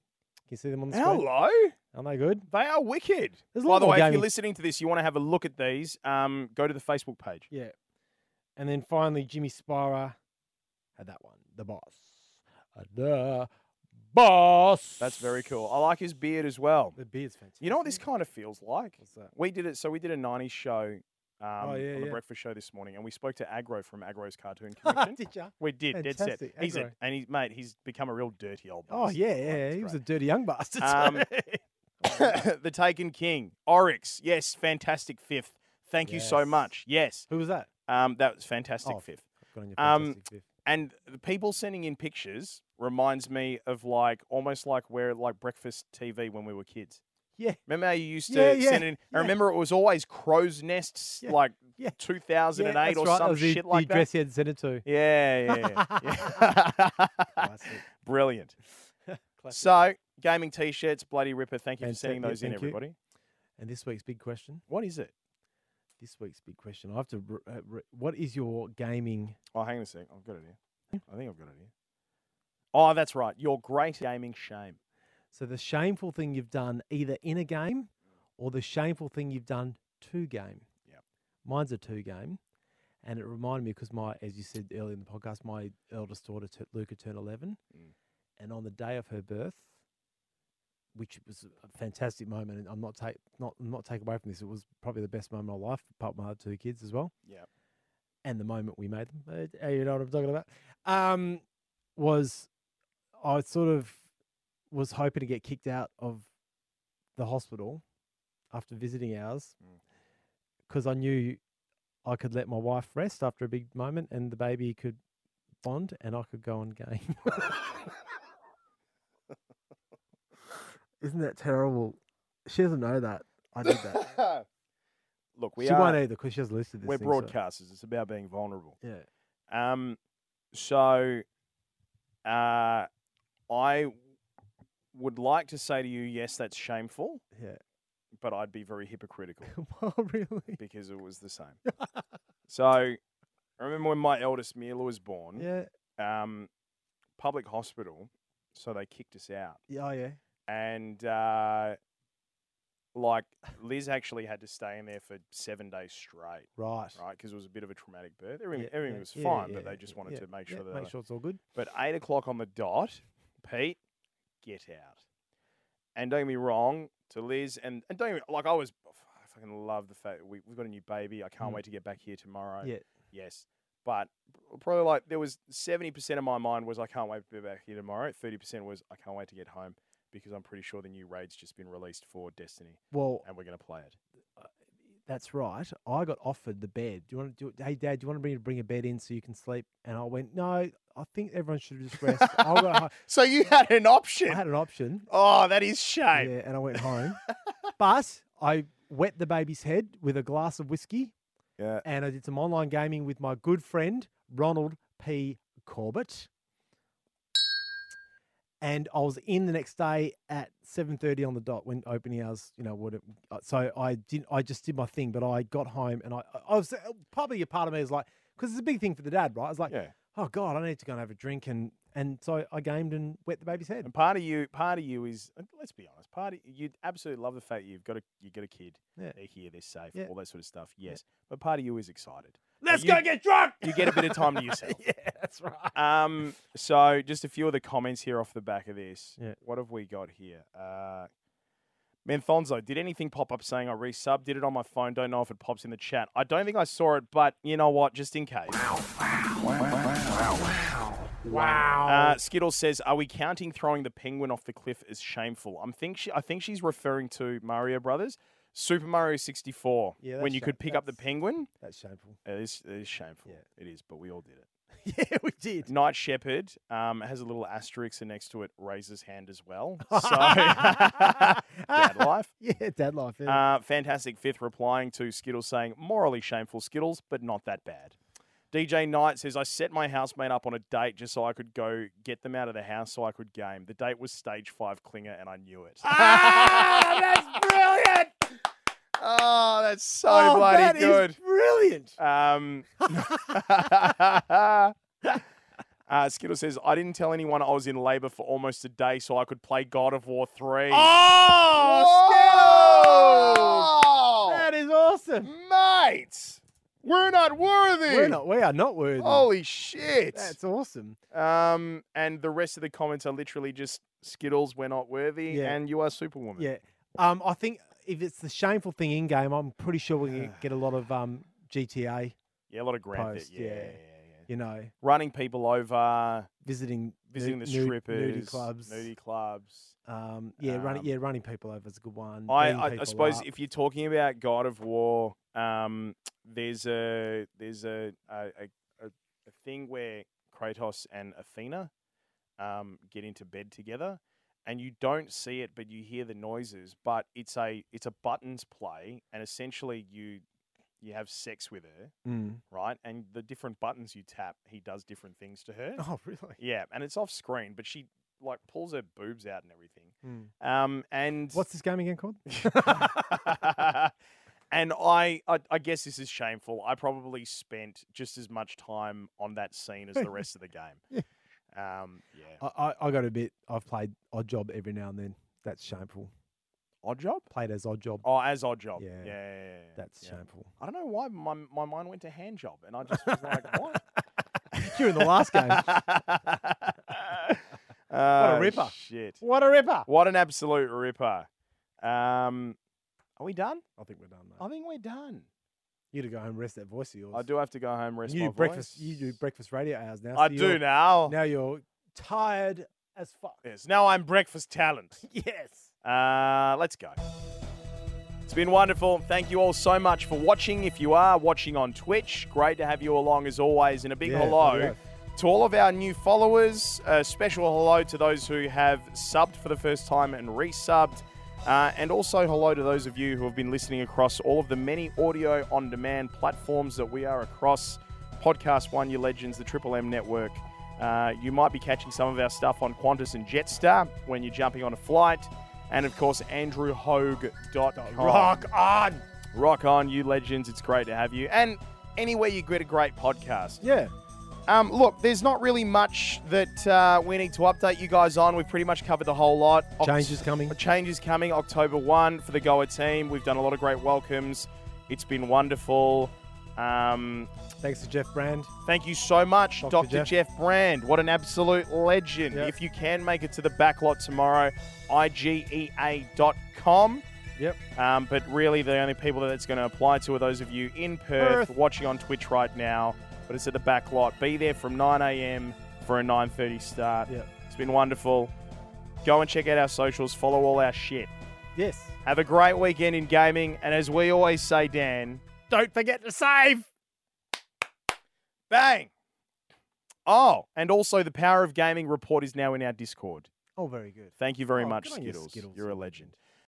B: you see them on the screen?
A: Hello.
B: Aren't they good?
A: They are wicked.
B: There's a
A: By
B: lot
A: the
B: more
A: way, if
B: gaming-
A: you're listening to this, you want to have a look at these, um, go to the Facebook page.
B: Yeah. And then finally, Jimmy Spira had that one. The boss. The boss.
A: That's very cool. I like his beard as well.
B: The beard's fantastic.
A: You know what this kind of feels like?
B: What's that?
A: We did it. So we did a '90s show um,
B: Oh, yeah,
A: on the
B: yeah. Breakfast
A: breakfast show this morning, and we spoke to Agro from Agro's Cartoon Connection.
B: Did ya?
A: we did. Dead
B: Fantastic,
A: set. He's a,
B: Agro.
A: and he's mate. He's become a real dirty old.
B: Oh
A: bastard.
B: yeah,
A: Like,
B: yeah.
A: it's
B: He was a
A: great.
B: dirty young bastard.
A: Um, the Taken King, Oryx. Yes, fantastic fifth. Thank you so
B: Yes.
A: much. Yes,
B: Who was that?
A: um, that was fantastic
B: Oh,
A: fifth.
B: Got on your
A: Um,
B: fantastic fifth.
A: and the people sending in pictures reminds me of like almost like where like breakfast TV when we were kids.
B: Yeah.
A: Remember how you used to
B: Yeah, yeah,
A: send in?
B: yeah.
A: I remember it was always crow's nests,
B: Yeah,
A: like
B: yeah. Yeah,
A: 2008
B: that's
A: or
B: right, that
A: some
B: was the,
A: shit
B: the
A: like that.
B: address he had sent it to.
A: Yeah, yeah, yeah. yeah.
B: Classic.
A: Brilliant.
B: Classic.
A: So, gaming t-shirts, bloody ripper. Thank you for
B: Fantastic.
A: sending
B: Yeah,
A: those in,
B: thank you.
A: everybody.
B: And this week's big question.
A: What is it?
B: This week's big question. I have to. re- uh, re- what is your gaming?
A: Oh, hang on a sec. I've got it here. I think I've got it here. Oh, that's right. Your great gaming shame.
B: So the shameful thing you've done either in a game, or the shameful thing you've done to game.
A: Yep.
B: Mine's a two game, and it reminded me because my, as you said earlier in the podcast, my eldest daughter t- Luca turned eleven,
A: Mm.
B: and on the day of her birth, which was a fantastic moment, and I'm not take not not take away from this. It was probably the best moment of my life, apart from my other two kids as well.
A: Yep.
B: And the moment we made them, uh, you know what I'm talking about, um, was I sort of was hoping to get kicked out of the hospital after visiting ours
A: Mm.
B: because I knew I could let my wife rest after a big moment and the baby could bond and I could go on game. Isn't that terrible? She doesn't know that I did that.
A: Look, we
B: she
A: are
B: won't either because she doesn't listen to this.
A: we're
B: thing, so-
A: broadcasters. It's about being vulnerable.
B: Yeah.
A: Um, so, uh, I would like to say to you, yes, that's shameful,
B: Yeah.
A: but I'd be very hypocritical
B: oh, really?
A: because it was the same. so, I remember when my eldest Mila was born,
B: Yeah.
A: um, public hospital, so they kicked us out.
B: Yeah. Oh, yeah.
A: and uh, like Liz actually had to stay in there for seven days straight,
B: Right.
A: right? Because it was a bit of a traumatic birth. Everything,
B: Yeah,
A: everything
B: yeah,
A: was
B: yeah,
A: fine,
B: yeah,
A: but they just wanted
B: yeah,
A: to make
B: yeah,
A: sure that.
B: make sure it's all good.
A: But eight o'clock on the dot, Pete, get out. And don't get me wrong to Liz, and and don't get me, like I was. oh, I fucking love the fact that we, we've got a new baby. I can't
B: Mm.
A: wait to get back here tomorrow.
B: Yeah.
A: Yes. But probably like there was 70% of my mind was I can't wait to be back here tomorrow. 30% was I can't wait to get home because I'm pretty sure the new raid's just been released for Destiny
B: Well,
A: and we're going to play it.
B: that's right. I got offered the bed. Do you want to do it? Hey, Dad, do you want me to bring a bed in so you can sleep? And I went, no, I think everyone should just rest. I'll go home.
A: So you had an option.
B: I had an option.
A: oh, that is shame.
B: Yeah, and I went home. but I wet the baby's head with a glass of whiskey
A: Yeah.
B: and I did some online gaming with my good friend, Ronald P. Corbett. And I was in the next day at 7.30 on the dot when opening hours, you know, would have, uh, so I didn't, I just did my thing, but I got home and I, I was, uh, probably a part of me is like, because it's a big thing for the dad, right? I was like,
A: Yeah.
B: oh God, I need to go and have a drink. And, and so I gamed and wet the baby's head.
A: And part of you, part of you is, and let's be honest, part of you absolutely love the fact you've got a, you get a kid,
B: Yeah.
A: they're here, they're safe,
B: Yeah.
A: all that sort of stuff. Yes, but part of you is excited.
B: Let's
A: you-
B: go get drunk.
A: You get a bit of time to yourself.
B: yeah, that's right.
A: Um, so just a few of the comments here off the back of this.
B: Yeah.
A: What have we got here? Uh, Menthonzo, did anything pop up saying I resubbed? Did it on my phone? Don't know if it pops in the chat. I don't think I saw it, but you know what? Just in case.
B: Wow.
A: Uh, Skittle says, "Are we counting throwing the penguin off the cliff as shameful?" I'm think she, I think she's referring to Mario Brothers, Super Mario 64,
B: Yeah,
A: when
B: that's
A: you
B: sha-
A: could pick up the
B: that's-
A: penguin.
B: that's shameful.
A: It is, it is shameful.
B: Yeah.
A: It is, but we all did it.
B: yeah, we did.
A: Night Shepherd um, has a little asterisk and next to it, raises hand as well. So, bad life.
B: Yeah, dad life. Yeah.
A: Uh, fantastic fifth replying to Skittles saying, morally shameful Skittles, but not that bad. DJ Knight says, I set my housemate up on a date just so I could go get them out of the house so I could game. The date was stage five clinger and I knew it.
B: ah, that's brilliant.
A: oh, that's so
B: oh,
A: bloody
B: that is
A: good.
B: brilliant.
A: Um, uh, Skittle says, I didn't tell anyone I was in labor for almost a day so I could play God of War 3.
B: Oh, That is awesome.
A: Mate, we're not worthy.
B: We're not. We are not worthy.
A: Holy shit.
B: that's awesome.
A: Um, and the rest of the comments are literally just Skittles, we're not worthy,
B: Yeah.
A: and you are Superwoman.
B: Yeah. Um, I think if it's the shameful thing in game, I'm pretty sure we're gonna get a lot of um GTA.
A: Yeah, a lot of grand
B: Post,
A: Theft- Yeah, yeah.
B: yeah.
A: yeah, yeah.
B: You know,
A: Running people over,
B: visiting
A: visiting
B: nu-
A: the
B: nude-
A: strippers,
B: nudie clubs.
A: nudie clubs.
B: Um, yeah, running.
A: Um,
B: Yeah, running people over is a good one.
A: I,
B: beating
A: I, I
B: people
A: suppose
B: up.
A: if you're talking about God of War, um, there's a there's a a, a, a a thing where Kratos and Athena um, get into bed together, and you don't see it, but you hear the noises. But it's a it's a buttons play, and essentially you you have sex with her,
B: Mm.
A: right? And the different buttons you tap, he does different things to her.
B: Oh, really?
A: Yeah, and it's off screen, but she like pulls her boobs out and everything.
B: Mm.
A: Um, and
B: What's this game again called?
A: and I, I, I guess this is shameful. I probably spent just as much time on that scene as the rest of the game. Um, yeah.
B: I, I, I got a bit. I've played odd job every now and then. That's shameful.
A: Odd job.
B: Played as odd job.
A: Oh, as odd job. Yeah,
B: Yeah.
A: yeah, yeah, yeah,
B: That's
A: yeah.
B: shameful.
A: I don't know why my my mind went to hand job, and I just was like, what?
B: You in the last game.
A: Oh,
B: ripper.
A: Shit.
B: What a ripper!
A: What an absolute ripper. Um, are we done?
B: I think we're done. Mate.
A: I think we're done.
B: You to go home, and rest that voice of yours.
A: I do have to go home, rest
B: You
A: my
B: do breakfast.
A: voice.
B: You do breakfast radio hours now.
A: I
B: so
A: do
B: you're-
A: now.
B: Now you're tired as fuck.
A: Yes. Now I'm breakfast talent.
B: Yes.
A: Uh, let's go. It's been wonderful. Thank you all so much for watching. If you are watching on Twitch, great to have you along as always. And a big
B: Yeah,
A: hello
B: hello.
A: To all of our new followers, a special hello to those who have subbed for the first time and resubbed. Uh, and also, hello to those of you who have been listening across all of the many audio on demand platforms that we are across Podcast One, Your Legends, the Triple M Network. Uh, you might be catching some of our stuff on Qantas and Jetstar when you're jumping on a flight. And of course, andrewhogue.com.
B: Rock on.
A: Rock on, you legends. It's great to have you. And anywhere you get a great podcast.
B: Yeah.
A: Um, look, there's not really much that uh, we need to update you guys on. We've pretty much covered the whole lot. Oct-
B: Changes coming.
A: Changes coming October 1 for the Goa team. We've done a lot of great welcomes. It's been wonderful. Um,
B: Thanks to Jeff Brand.
A: thank you so much, Dr.
B: Dr.
A: Jeff. Brand. What an absolute legend.
B: Yep.
A: If you can make it to the back lot tomorrow, E igea.com.
B: Yep.
A: Um, but really, the only people that it's going to apply to are those of you in Perth,
B: Perth.
A: watching on Twitch right now. But it's at the back lot. Be there from 9 a.m. for a 9:30 start.
B: Yep.
A: It's been wonderful. Go and check out our socials. Follow all our shit.
B: Yes.
A: Have a great weekend in gaming. And as we always say, Dan,
B: Don't forget to save.
A: bang. Oh, and also the Power of Gaming report is now in our Discord.
F: Oh, very good.
A: Thank you very
F: Oh,
A: much,
F: good on you,
A: Skittles.
F: Skittles.
A: You're a legend.